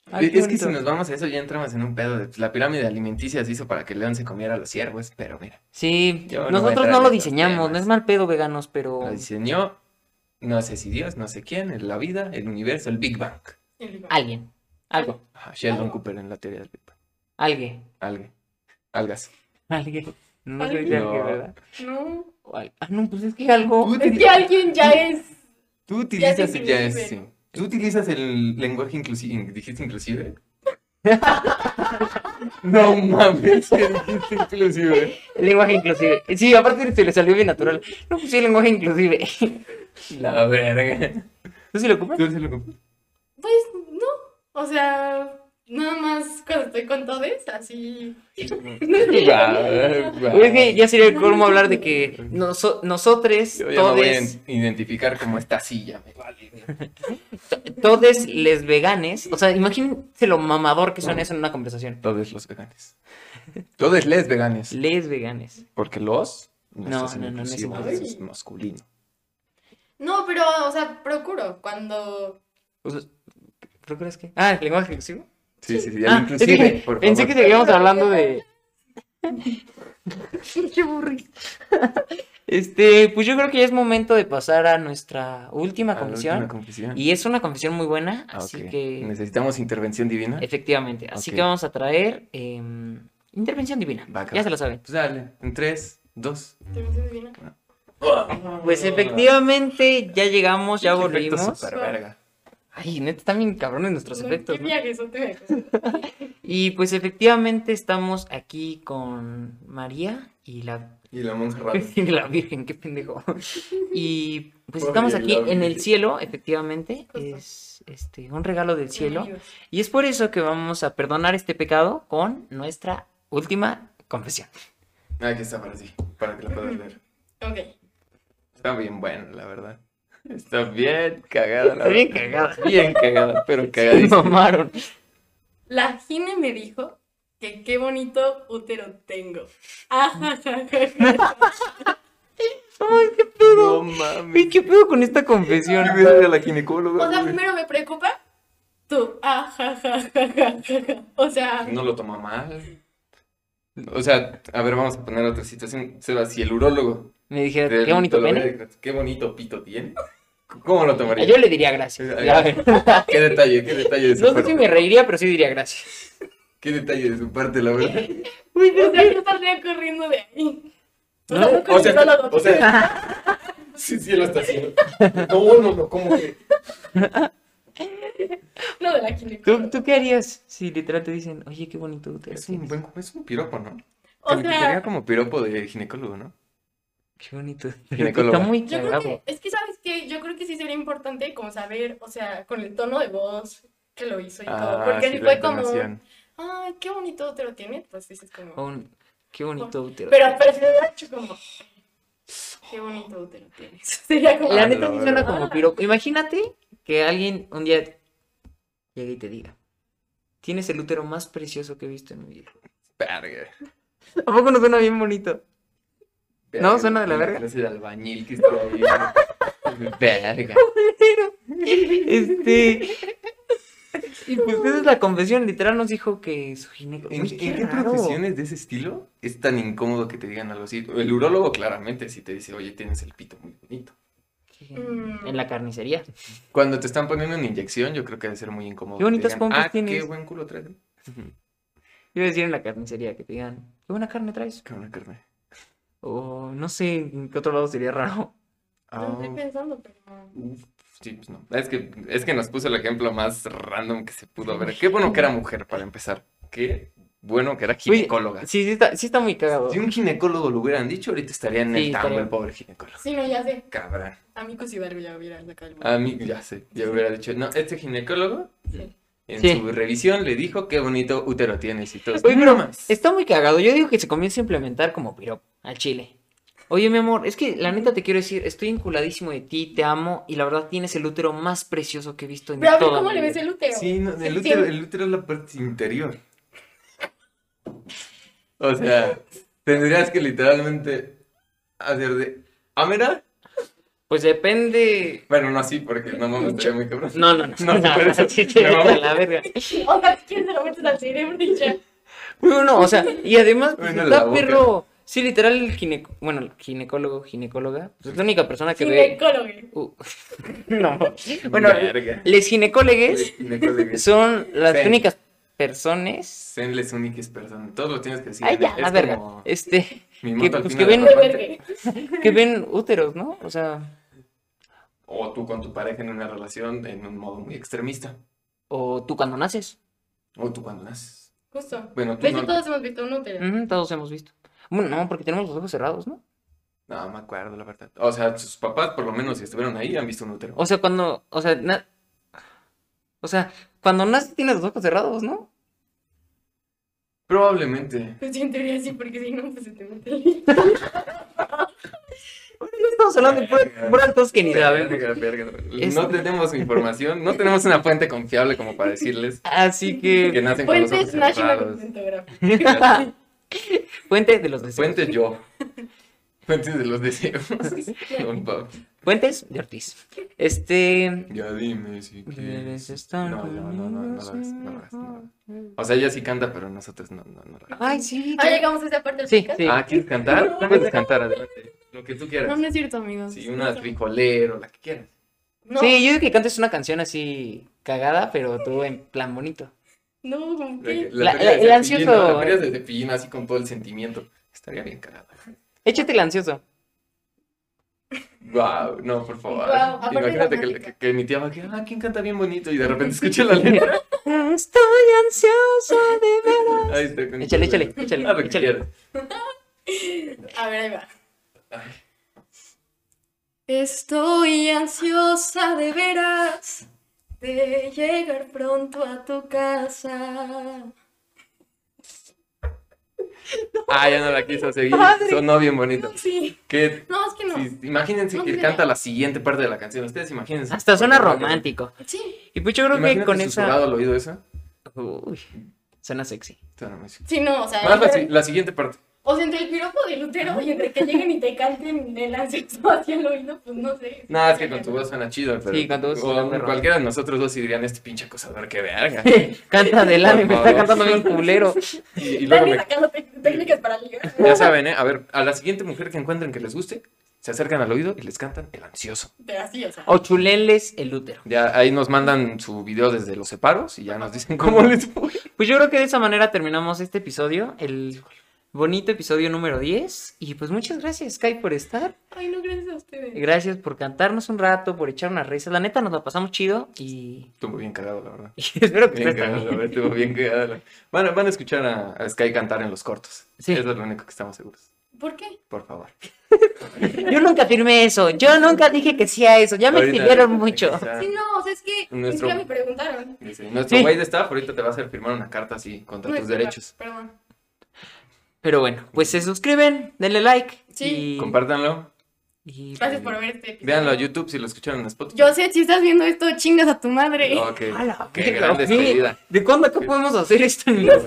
Speaker 1: Ay, qué
Speaker 2: es que si
Speaker 1: bonito.
Speaker 2: nos vamos a eso ya entramos en un pedo de pues, la pirámide alimenticia se hizo para que León se comiera a los ciervos, pero mira,
Speaker 1: Sí,
Speaker 2: Yo no voy a
Speaker 1: nosotros
Speaker 2: entrar
Speaker 1: no
Speaker 2: en
Speaker 1: lo
Speaker 2: esos
Speaker 1: diseñamos. No
Speaker 2: temas.
Speaker 1: es mal pedo veganos, pero.
Speaker 2: lo diseñó no sé si Dios, no sé quién, la vida, el universo, el Big Bang.
Speaker 3: Y digo,
Speaker 1: Alguien. Algo.
Speaker 2: Ajá, Sheldon
Speaker 3: Algo.
Speaker 2: Cooper en la teoría del Big Bang.
Speaker 1: Alguien.
Speaker 2: Algue. Algas.
Speaker 1: Alguien. No sé
Speaker 3: Alguien.
Speaker 1: si alguien,
Speaker 2: No.
Speaker 1: ¿verdad?
Speaker 3: No,
Speaker 1: O al- Ah, no, pues es que algo.
Speaker 2: Tú
Speaker 3: es
Speaker 2: utili-
Speaker 3: que alguien ya es,
Speaker 2: Tú utilizas
Speaker 3: Ya
Speaker 2: ya,
Speaker 3: sí,
Speaker 2: es,
Speaker 3: inclusive.
Speaker 2: sí. Tú utilizas el lenguaje inclusive, dijiste inclusive. no mames, ¿qué dijiste inclusive.
Speaker 1: El lenguaje inclusive. Sí, aparte se le salió bien natural. No, pues sí, el lenguaje inclusive.
Speaker 2: La verga.
Speaker 1: ¿Tú sí lo ocupas?
Speaker 2: ¿Tú se lo ocupas?
Speaker 3: pues, no, o sea, nada más cuando estoy con todes, así.
Speaker 2: Guau, guau.
Speaker 1: Oye, Es que ya sería el colmo hablar de que noso- nosotres,
Speaker 2: Yo ya me voy a
Speaker 1: todes,
Speaker 2: in- identificar como esta silla, me vale.
Speaker 1: todes les veganes. O sea, imagínense lo mamador que suena eso en una conversación.
Speaker 2: Todos los veganes. Todos les veganes.
Speaker 1: Les veganes.
Speaker 2: Porque los no,
Speaker 1: No,
Speaker 2: estás en
Speaker 1: no, no, no es
Speaker 2: inclusivo,
Speaker 3: inclusivo.
Speaker 2: eso es masculino.
Speaker 3: No, pero, o sea, procuro, cuando,
Speaker 1: O sea, ¿Procuras Pues, qué? Ah, ¿el lenguaje inclusivo.
Speaker 2: Sí, sí, sí.
Speaker 1: Ah, es
Speaker 2: inclusive,
Speaker 1: que
Speaker 2: por
Speaker 1: pensé que
Speaker 2: favor.
Speaker 1: seguíamos hablando de. Qué aburrido. Este, pues yo creo que ya es momento de pasar a nuestra última
Speaker 2: Ah,
Speaker 1: confesión.
Speaker 2: última confesión.
Speaker 1: Y es una confesión muy buena,
Speaker 2: Ah,
Speaker 1: así
Speaker 2: ok.
Speaker 1: que.
Speaker 2: Necesitamos intervención divina.
Speaker 1: Efectivamente. Así que
Speaker 2: Ok.
Speaker 1: vamos a traer eh, intervención divina.
Speaker 2: Va, que
Speaker 1: ya
Speaker 2: va.
Speaker 1: se lo saben.
Speaker 2: Pues dale, en 3, 2.
Speaker 3: ¿te me sientes bien?
Speaker 1: Pues efectivamente ya llegamos, ya volvimos.
Speaker 2: verga.
Speaker 1: Ay, neta, están bien cabrones nuestros
Speaker 3: No,
Speaker 1: efectos.
Speaker 3: ¿Qué
Speaker 1: ¿no?
Speaker 3: viajes son te
Speaker 1: Y pues efectivamente estamos aquí con María y la,
Speaker 2: Y la monja
Speaker 1: y la Virgen, qué pendejo. Y pues
Speaker 2: Pobre
Speaker 1: estamos
Speaker 2: la
Speaker 1: aquí en el
Speaker 2: Virgen.
Speaker 1: cielo, efectivamente.
Speaker 3: Justo.
Speaker 1: Es este un regalo del cielo. Y es por eso que vamos a perdonar este pecado con nuestra última confesión.
Speaker 2: Ah, Aquí está para ti, para que la puedas leer.
Speaker 3: Ok.
Speaker 2: Está bien bueno, la verdad. Está bien cagada,
Speaker 1: Está
Speaker 2: la
Speaker 1: bien
Speaker 2: verdad.
Speaker 1: cagada.
Speaker 2: Bien cagada, pero
Speaker 1: Se
Speaker 2: cagadísima.
Speaker 1: mamaron.
Speaker 3: La Gine me dijo que qué bonito útero tengo. Ajajaja.
Speaker 1: Ay, qué pedo.
Speaker 2: No mames.
Speaker 1: Ay, qué pedo con esta confesión.
Speaker 2: Yo hubiera ido a la
Speaker 3: O sea,
Speaker 2: ginecóloga. güey.
Speaker 3: primero me preocupa tú. Ajajajajaja. O sea,
Speaker 2: No lo toma mal. O sea, a ver, vamos a poner otra situación. Seba, si el urólogo.
Speaker 1: Me dijeron,
Speaker 2: del
Speaker 1: qué bonito
Speaker 2: dolor
Speaker 1: pene.
Speaker 2: de- Qué bonito pito tiene. ¿Cómo lo tomaría?
Speaker 1: Yo le diría gracias.
Speaker 2: Ay,
Speaker 1: la
Speaker 2: ay.
Speaker 1: verdad.
Speaker 2: Qué detalle, qué detalle de su
Speaker 1: No sé
Speaker 2: parte.
Speaker 1: si me reiría, pero sí diría gracias.
Speaker 2: Qué detalle de su parte, la verdad.
Speaker 1: Uy,
Speaker 3: o sea, yo saldría corriendo de ahí. O sea,
Speaker 1: No,
Speaker 3: no, con
Speaker 2: O sea,
Speaker 3: el psicólogo.
Speaker 2: o sea. Sí, sí, lo está haciendo. No, no, no, ¿cómo que?
Speaker 3: no de la
Speaker 1: ¿Tú,
Speaker 3: ginecóloga.
Speaker 1: ¿Tú qué harías si literal te dicen, oye, qué bonito útero
Speaker 2: Es un
Speaker 1: tienes?
Speaker 2: buen, es un piropo, ¿no?
Speaker 3: O
Speaker 2: Sería
Speaker 3: sea,
Speaker 2: como piropo de ginecólogo, ¿no?
Speaker 1: Qué bonito.
Speaker 2: Ginecóloga.
Speaker 1: Está muy
Speaker 3: yo creo que,
Speaker 1: cagado.
Speaker 3: es que sabes que yo creo que sí sería importante como saber, o sea, con el tono de voz que lo hizo y todo. Porque si
Speaker 2: Ah, sí, la
Speaker 3: fue como,
Speaker 2: entonación.
Speaker 3: ay, qué bonito útero tiene, pues dices como.
Speaker 1: Un- Qué bonito útero.
Speaker 3: Pero, pero si lo hubiera hecho como. Qué bonito útero tienes. Sería como.
Speaker 1: La
Speaker 2: Ah,
Speaker 1: neta
Speaker 2: no,
Speaker 1: sí suena
Speaker 2: no.
Speaker 1: como piropo. Imagínate que alguien un día llegue y te diga, tienes el útero más precioso que he visto en mi vida.
Speaker 2: Verga.
Speaker 1: ¿A poco no suena bien bonito?
Speaker 2: verga,
Speaker 1: No, suena de la
Speaker 2: una
Speaker 1: verga.
Speaker 2: clase de albañil que está ahí. verga.
Speaker 1: Este... Y pues esa es la confesión, literal nos dijo que su pues, ginecólogo...
Speaker 2: ¿En, en qué profesiones de ese estilo es tan incómodo que te digan algo así? El urólogo claramente si te dice, oye, tienes el pito muy bonito.
Speaker 1: En la carnicería.
Speaker 2: Cuando te están poniendo una inyección, yo creo que debe ser muy incómodo.
Speaker 1: Qué
Speaker 2: que te
Speaker 1: bonitas
Speaker 2: digan,
Speaker 1: pompas
Speaker 2: ah, qué
Speaker 1: tienes".
Speaker 2: buen culo traes. ¿no?
Speaker 1: Iba a decir en la carnicería, que te digan, ¿qué buena carne traes?
Speaker 2: Qué buena carne.
Speaker 1: O no sé, en qué otro lado sería raro.
Speaker 2: Ah,
Speaker 3: No estoy pensando, pero.
Speaker 2: uf, sí, pues no. Es que, es que nos puso el ejemplo más random que se pudo ver. Qué bueno que era mujer, para empezar. Qué bueno que era
Speaker 1: Oye,
Speaker 2: ginecóloga.
Speaker 1: Sí, sí está, sí está muy cagado.
Speaker 2: Si un ginecólogo lo hubieran dicho, ahorita estaría en
Speaker 1: Sí,
Speaker 2: el tambo
Speaker 1: estaría.
Speaker 2: el pobre ginecólogo.
Speaker 3: Sí, no, ya sé.
Speaker 2: Cabrón.
Speaker 3: A mí Cosibarbo ya hubiera sacado el
Speaker 2: A mí, ya sé, yo hubiera dicho, no, este ginecólogo
Speaker 3: Sí.
Speaker 2: en
Speaker 1: Sí.
Speaker 2: su revisión le dijo qué bonito útero tienes y todo.
Speaker 1: Oye,
Speaker 2: No
Speaker 1: pero
Speaker 2: más.
Speaker 1: está muy cagado. Yo digo que se comienza a implementar como piropo al chile. Oye, mi amor, es que la neta te quiero decir, estoy enculadísimo de ti, te amo y la verdad tienes el útero más precioso que he visto en
Speaker 3: Pero a ver
Speaker 1: toda
Speaker 3: cómo
Speaker 1: mi
Speaker 3: le ves
Speaker 1: vida".
Speaker 3: el útero.
Speaker 2: Sí, no, el,
Speaker 3: Sí,
Speaker 2: útero,
Speaker 3: sí.
Speaker 2: el útero es la parte interior. O sea, tendrías que literalmente hacer de... Ah, mira.
Speaker 1: Pues depende.
Speaker 2: Bueno, no así, porque no mames, estaría muy cabrón.
Speaker 1: No, no, no.
Speaker 2: No, por eso,
Speaker 1: sí, sí,
Speaker 2: me
Speaker 1: vete a
Speaker 2: mamó.
Speaker 1: la verga.
Speaker 3: O sea, ¿quién se lo metes al cerebro y ya?
Speaker 1: Uy, no, o sea, y además pues,
Speaker 2: Bueno, la
Speaker 1: está
Speaker 2: boca.
Speaker 1: perro. Sí, literal, el gineco... bueno, el ginecólogo, ginecóloga, pues, es la única persona que ve.
Speaker 3: Ginecólogo.
Speaker 1: Uh, no. Bueno,
Speaker 2: Verga.
Speaker 1: les ginecólogues
Speaker 2: Ginecólogo.
Speaker 1: son las
Speaker 2: Sí.
Speaker 1: únicas personas.
Speaker 2: Sen les únicas personas. Todos lo tienes que decir.
Speaker 1: Ay, ya,
Speaker 2: Es
Speaker 1: la verga.
Speaker 2: como
Speaker 1: Este,
Speaker 2: mi
Speaker 1: que-
Speaker 2: moto al
Speaker 1: pues,
Speaker 2: final
Speaker 1: que
Speaker 2: de
Speaker 1: ven-
Speaker 2: la
Speaker 3: Qué
Speaker 2: parte.
Speaker 3: verga.
Speaker 1: que ven úteros, ¿no? O sea,
Speaker 2: O tú con tu pareja en una relación en un modo muy extremista.
Speaker 1: o tú cuando naces.
Speaker 2: O tú cuando naces.
Speaker 3: Justo.
Speaker 2: Bueno,
Speaker 3: De
Speaker 2: tú
Speaker 3: hecho,
Speaker 2: no.
Speaker 3: todos hemos visto un útero.
Speaker 1: Ujú, todos hemos visto. Bueno, no, porque tenemos los ojos cerrados, ¿no?
Speaker 2: No, me acuerdo, la verdad. O sea, sus papás, por lo menos, si estuvieron ahí, han visto un útero.
Speaker 1: O sea, cuando, o sea, na- o sea, cuando naces tienes los ojos cerrados, ¿no?
Speaker 2: Probablemente.
Speaker 3: Pues yo en teoría sí, porque si no, pues se te mete el
Speaker 1: No estamos hablando de puras- puras cosas que ni sabemos.
Speaker 2: Verga, verga, verga.
Speaker 1: Es-
Speaker 2: No tenemos información, no tenemos una fuente confiable como para decirles
Speaker 1: Así que,
Speaker 2: que nacen con los ojos
Speaker 3: Fuentes National
Speaker 2: cerrados.
Speaker 3: Consent Graph.
Speaker 1: fuente de los deseos.
Speaker 2: Fuente yo. Fuentes de los deseos. Don Pap.
Speaker 1: Fuentes de Ortiz. Este.
Speaker 2: Ya dime si
Speaker 1: Debes
Speaker 2: quieres.
Speaker 1: estar
Speaker 2: No, no, no, no, no lo hagas,
Speaker 1: conmigo
Speaker 2: no lo hagas, no lo hagas.
Speaker 1: siempre.
Speaker 2: O sea, ella sí canta, pero nosotros no, no, no. lo hagamos.
Speaker 1: Ay, sí.
Speaker 3: Ah, llegamos a esa parte del
Speaker 1: Sí,
Speaker 3: podcast.
Speaker 1: sí.
Speaker 2: Ah, ¿quieres cantar? Puedes cantar, adelante. Lo que tú
Speaker 3: No,
Speaker 2: quieras.
Speaker 3: no es cierto, amigos.
Speaker 2: Sí, una de frijolero, la que quieras.
Speaker 3: No,
Speaker 1: Sí, yo digo que cantes una canción así cagada, pero tú en plan bonito.
Speaker 3: no, ¿con qué?
Speaker 1: La-
Speaker 2: feria
Speaker 1: la-
Speaker 2: de
Speaker 1: el
Speaker 2: Cepillín, ¿no?
Speaker 1: ansioso.
Speaker 2: La feria de Cepillín, así con todo el sentimiento. Estaría bien cagada.
Speaker 1: Échate el ansioso.
Speaker 2: Wow, no, por favor.
Speaker 3: Guau, aparte de
Speaker 2: Imagínate que,
Speaker 3: romántica.
Speaker 2: que, que mi tía va a quedar, ah, ¿quién canta bien bonito? Y de repente escucha la letra.
Speaker 1: Estoy ansioso de ver.
Speaker 2: Ahí está. con-
Speaker 1: Échale, échale, échale,
Speaker 2: Ah, lo que
Speaker 1: échale.
Speaker 2: quieras.
Speaker 3: A ver, ahí va.
Speaker 2: Ay,
Speaker 3: Estoy ansiosa de veras de llegar pronto a tu casa.
Speaker 2: Ah, ya no la quiso seguir.
Speaker 3: Padre.
Speaker 2: Sonó bien bonito.
Speaker 3: Sí,
Speaker 2: Que,
Speaker 3: no, es que no.
Speaker 2: si- imagínense
Speaker 3: No
Speaker 2: que
Speaker 3: sé.
Speaker 2: canta la siguiente parte de la canción. Ustedes imagínense.
Speaker 1: Hasta suena romántico.
Speaker 3: Sí,
Speaker 1: Y pues yo creo que
Speaker 2: Imagínate
Speaker 1: con
Speaker 2: susurrado
Speaker 1: esa.
Speaker 2: al oído eso.
Speaker 1: Uy, suena sexy.
Speaker 2: Está no, sí.
Speaker 3: sí, no, o sea,
Speaker 2: Más la,
Speaker 3: entre-
Speaker 2: si- la siguiente parte.
Speaker 3: o sea, entre el piropo del útero y entre que lleguen y te canten el ansioso hacia el oído, pues no sé.
Speaker 2: Nada, es que con tu voz suena chido. Pero,
Speaker 1: Sí, con tu voz
Speaker 2: o
Speaker 1: suena perro.
Speaker 2: Cualquiera de nosotros dos dirían este pinche acosador, qué verga.
Speaker 1: Canta del
Speaker 2: Por
Speaker 1: ave, me está
Speaker 2: favor.
Speaker 1: cantando bien culero.
Speaker 2: Y, y luego
Speaker 3: Dani
Speaker 2: me
Speaker 3: sacando tec- técnicas para ligar.
Speaker 2: Ya saben, ¿eh? A ver, a la siguiente mujer que encuentren que les guste, se acercan al oído y les cantan el ansioso.
Speaker 3: Pero así, o sea.
Speaker 1: O chuleles el útero.
Speaker 2: Ya ahí nos mandan su video desde los separos y ya nos dicen cómo les fue.
Speaker 1: Pues yo creo que de esa manera terminamos este episodio, el bonito episodio número 10. Y pues muchas gracias, Kai, por estar.
Speaker 3: Ay, no, gracias a ustedes.
Speaker 1: Gracias por cantarnos un rato, por echar unas risas. La neta nos la pasamos chido y,
Speaker 2: Estuvo bien cagado, la verdad.
Speaker 1: y espero que
Speaker 2: Bien
Speaker 1: ustedes
Speaker 2: cagado, la
Speaker 1: también.
Speaker 2: verdad, estuvo bien cagado. la- Van a, van a escuchar a, a Sky cantar en los cortos.
Speaker 1: Sí.
Speaker 2: Eso es lo único que estamos seguros.
Speaker 3: ¿Por qué?
Speaker 2: Por favor.
Speaker 1: Yo nunca firmé eso. Yo nunca dije que sí a eso. Ya me
Speaker 2: Ahorita-
Speaker 1: exhibieron mucho.
Speaker 2: Quizá-
Speaker 3: Sí, no, o sea, es que
Speaker 2: ah, Nuestro-
Speaker 3: nunca me preguntaron.
Speaker 2: Sí, Nuestro
Speaker 1: Sí.
Speaker 2: güey de staff ahorita te va a hacer firmar una carta así contra
Speaker 3: No,
Speaker 2: tus
Speaker 3: disculpa,
Speaker 2: derechos.
Speaker 3: Perdón.
Speaker 1: Pero bueno, pues se suscriben, denle like.
Speaker 3: Sí.
Speaker 1: Y,
Speaker 2: Compártanlo.
Speaker 1: Y-
Speaker 3: Gracias por ver este episodio.
Speaker 2: Véanlo a YouTube si lo escucharon en Spotify.
Speaker 3: Yo sé, si estás viendo esto, chingas a tu madre.
Speaker 2: Ok.
Speaker 1: A la
Speaker 2: Qué
Speaker 1: verga,
Speaker 2: gran
Speaker 1: güey.
Speaker 2: despedida.
Speaker 1: ¿De cuándo acá podemos hacer esto en mi
Speaker 2: No,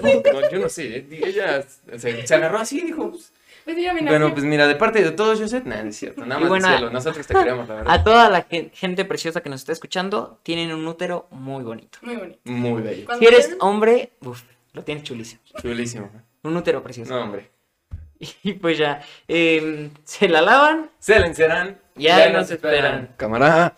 Speaker 2: yo no sé. eh, Ella se, se agarró así y dijo. pues,
Speaker 3: Pues mira, mira,
Speaker 2: Bueno,
Speaker 3: mira.
Speaker 2: pues mira, de parte de todos, Joseph, nada, es cierto. Nada
Speaker 1: Y
Speaker 2: más
Speaker 1: bueno,
Speaker 2: del cielo. Nosotros te queremos, la verdad.
Speaker 1: A toda la gen- gente preciosa que nos está escuchando, tienen un útero muy bonito.
Speaker 3: Muy bonito.
Speaker 2: Muy bello.
Speaker 3: Cuando
Speaker 1: Si eres
Speaker 3: quieran-
Speaker 1: hombre, uf, lo tienes chulísimo.
Speaker 2: Chulísimo. ¿eh?
Speaker 1: Un útero precioso.
Speaker 2: No, hombre.
Speaker 1: Y pues ya, em, se la lavan
Speaker 2: Se le encerran.
Speaker 1: Ya nos esperan.
Speaker 2: Cámara.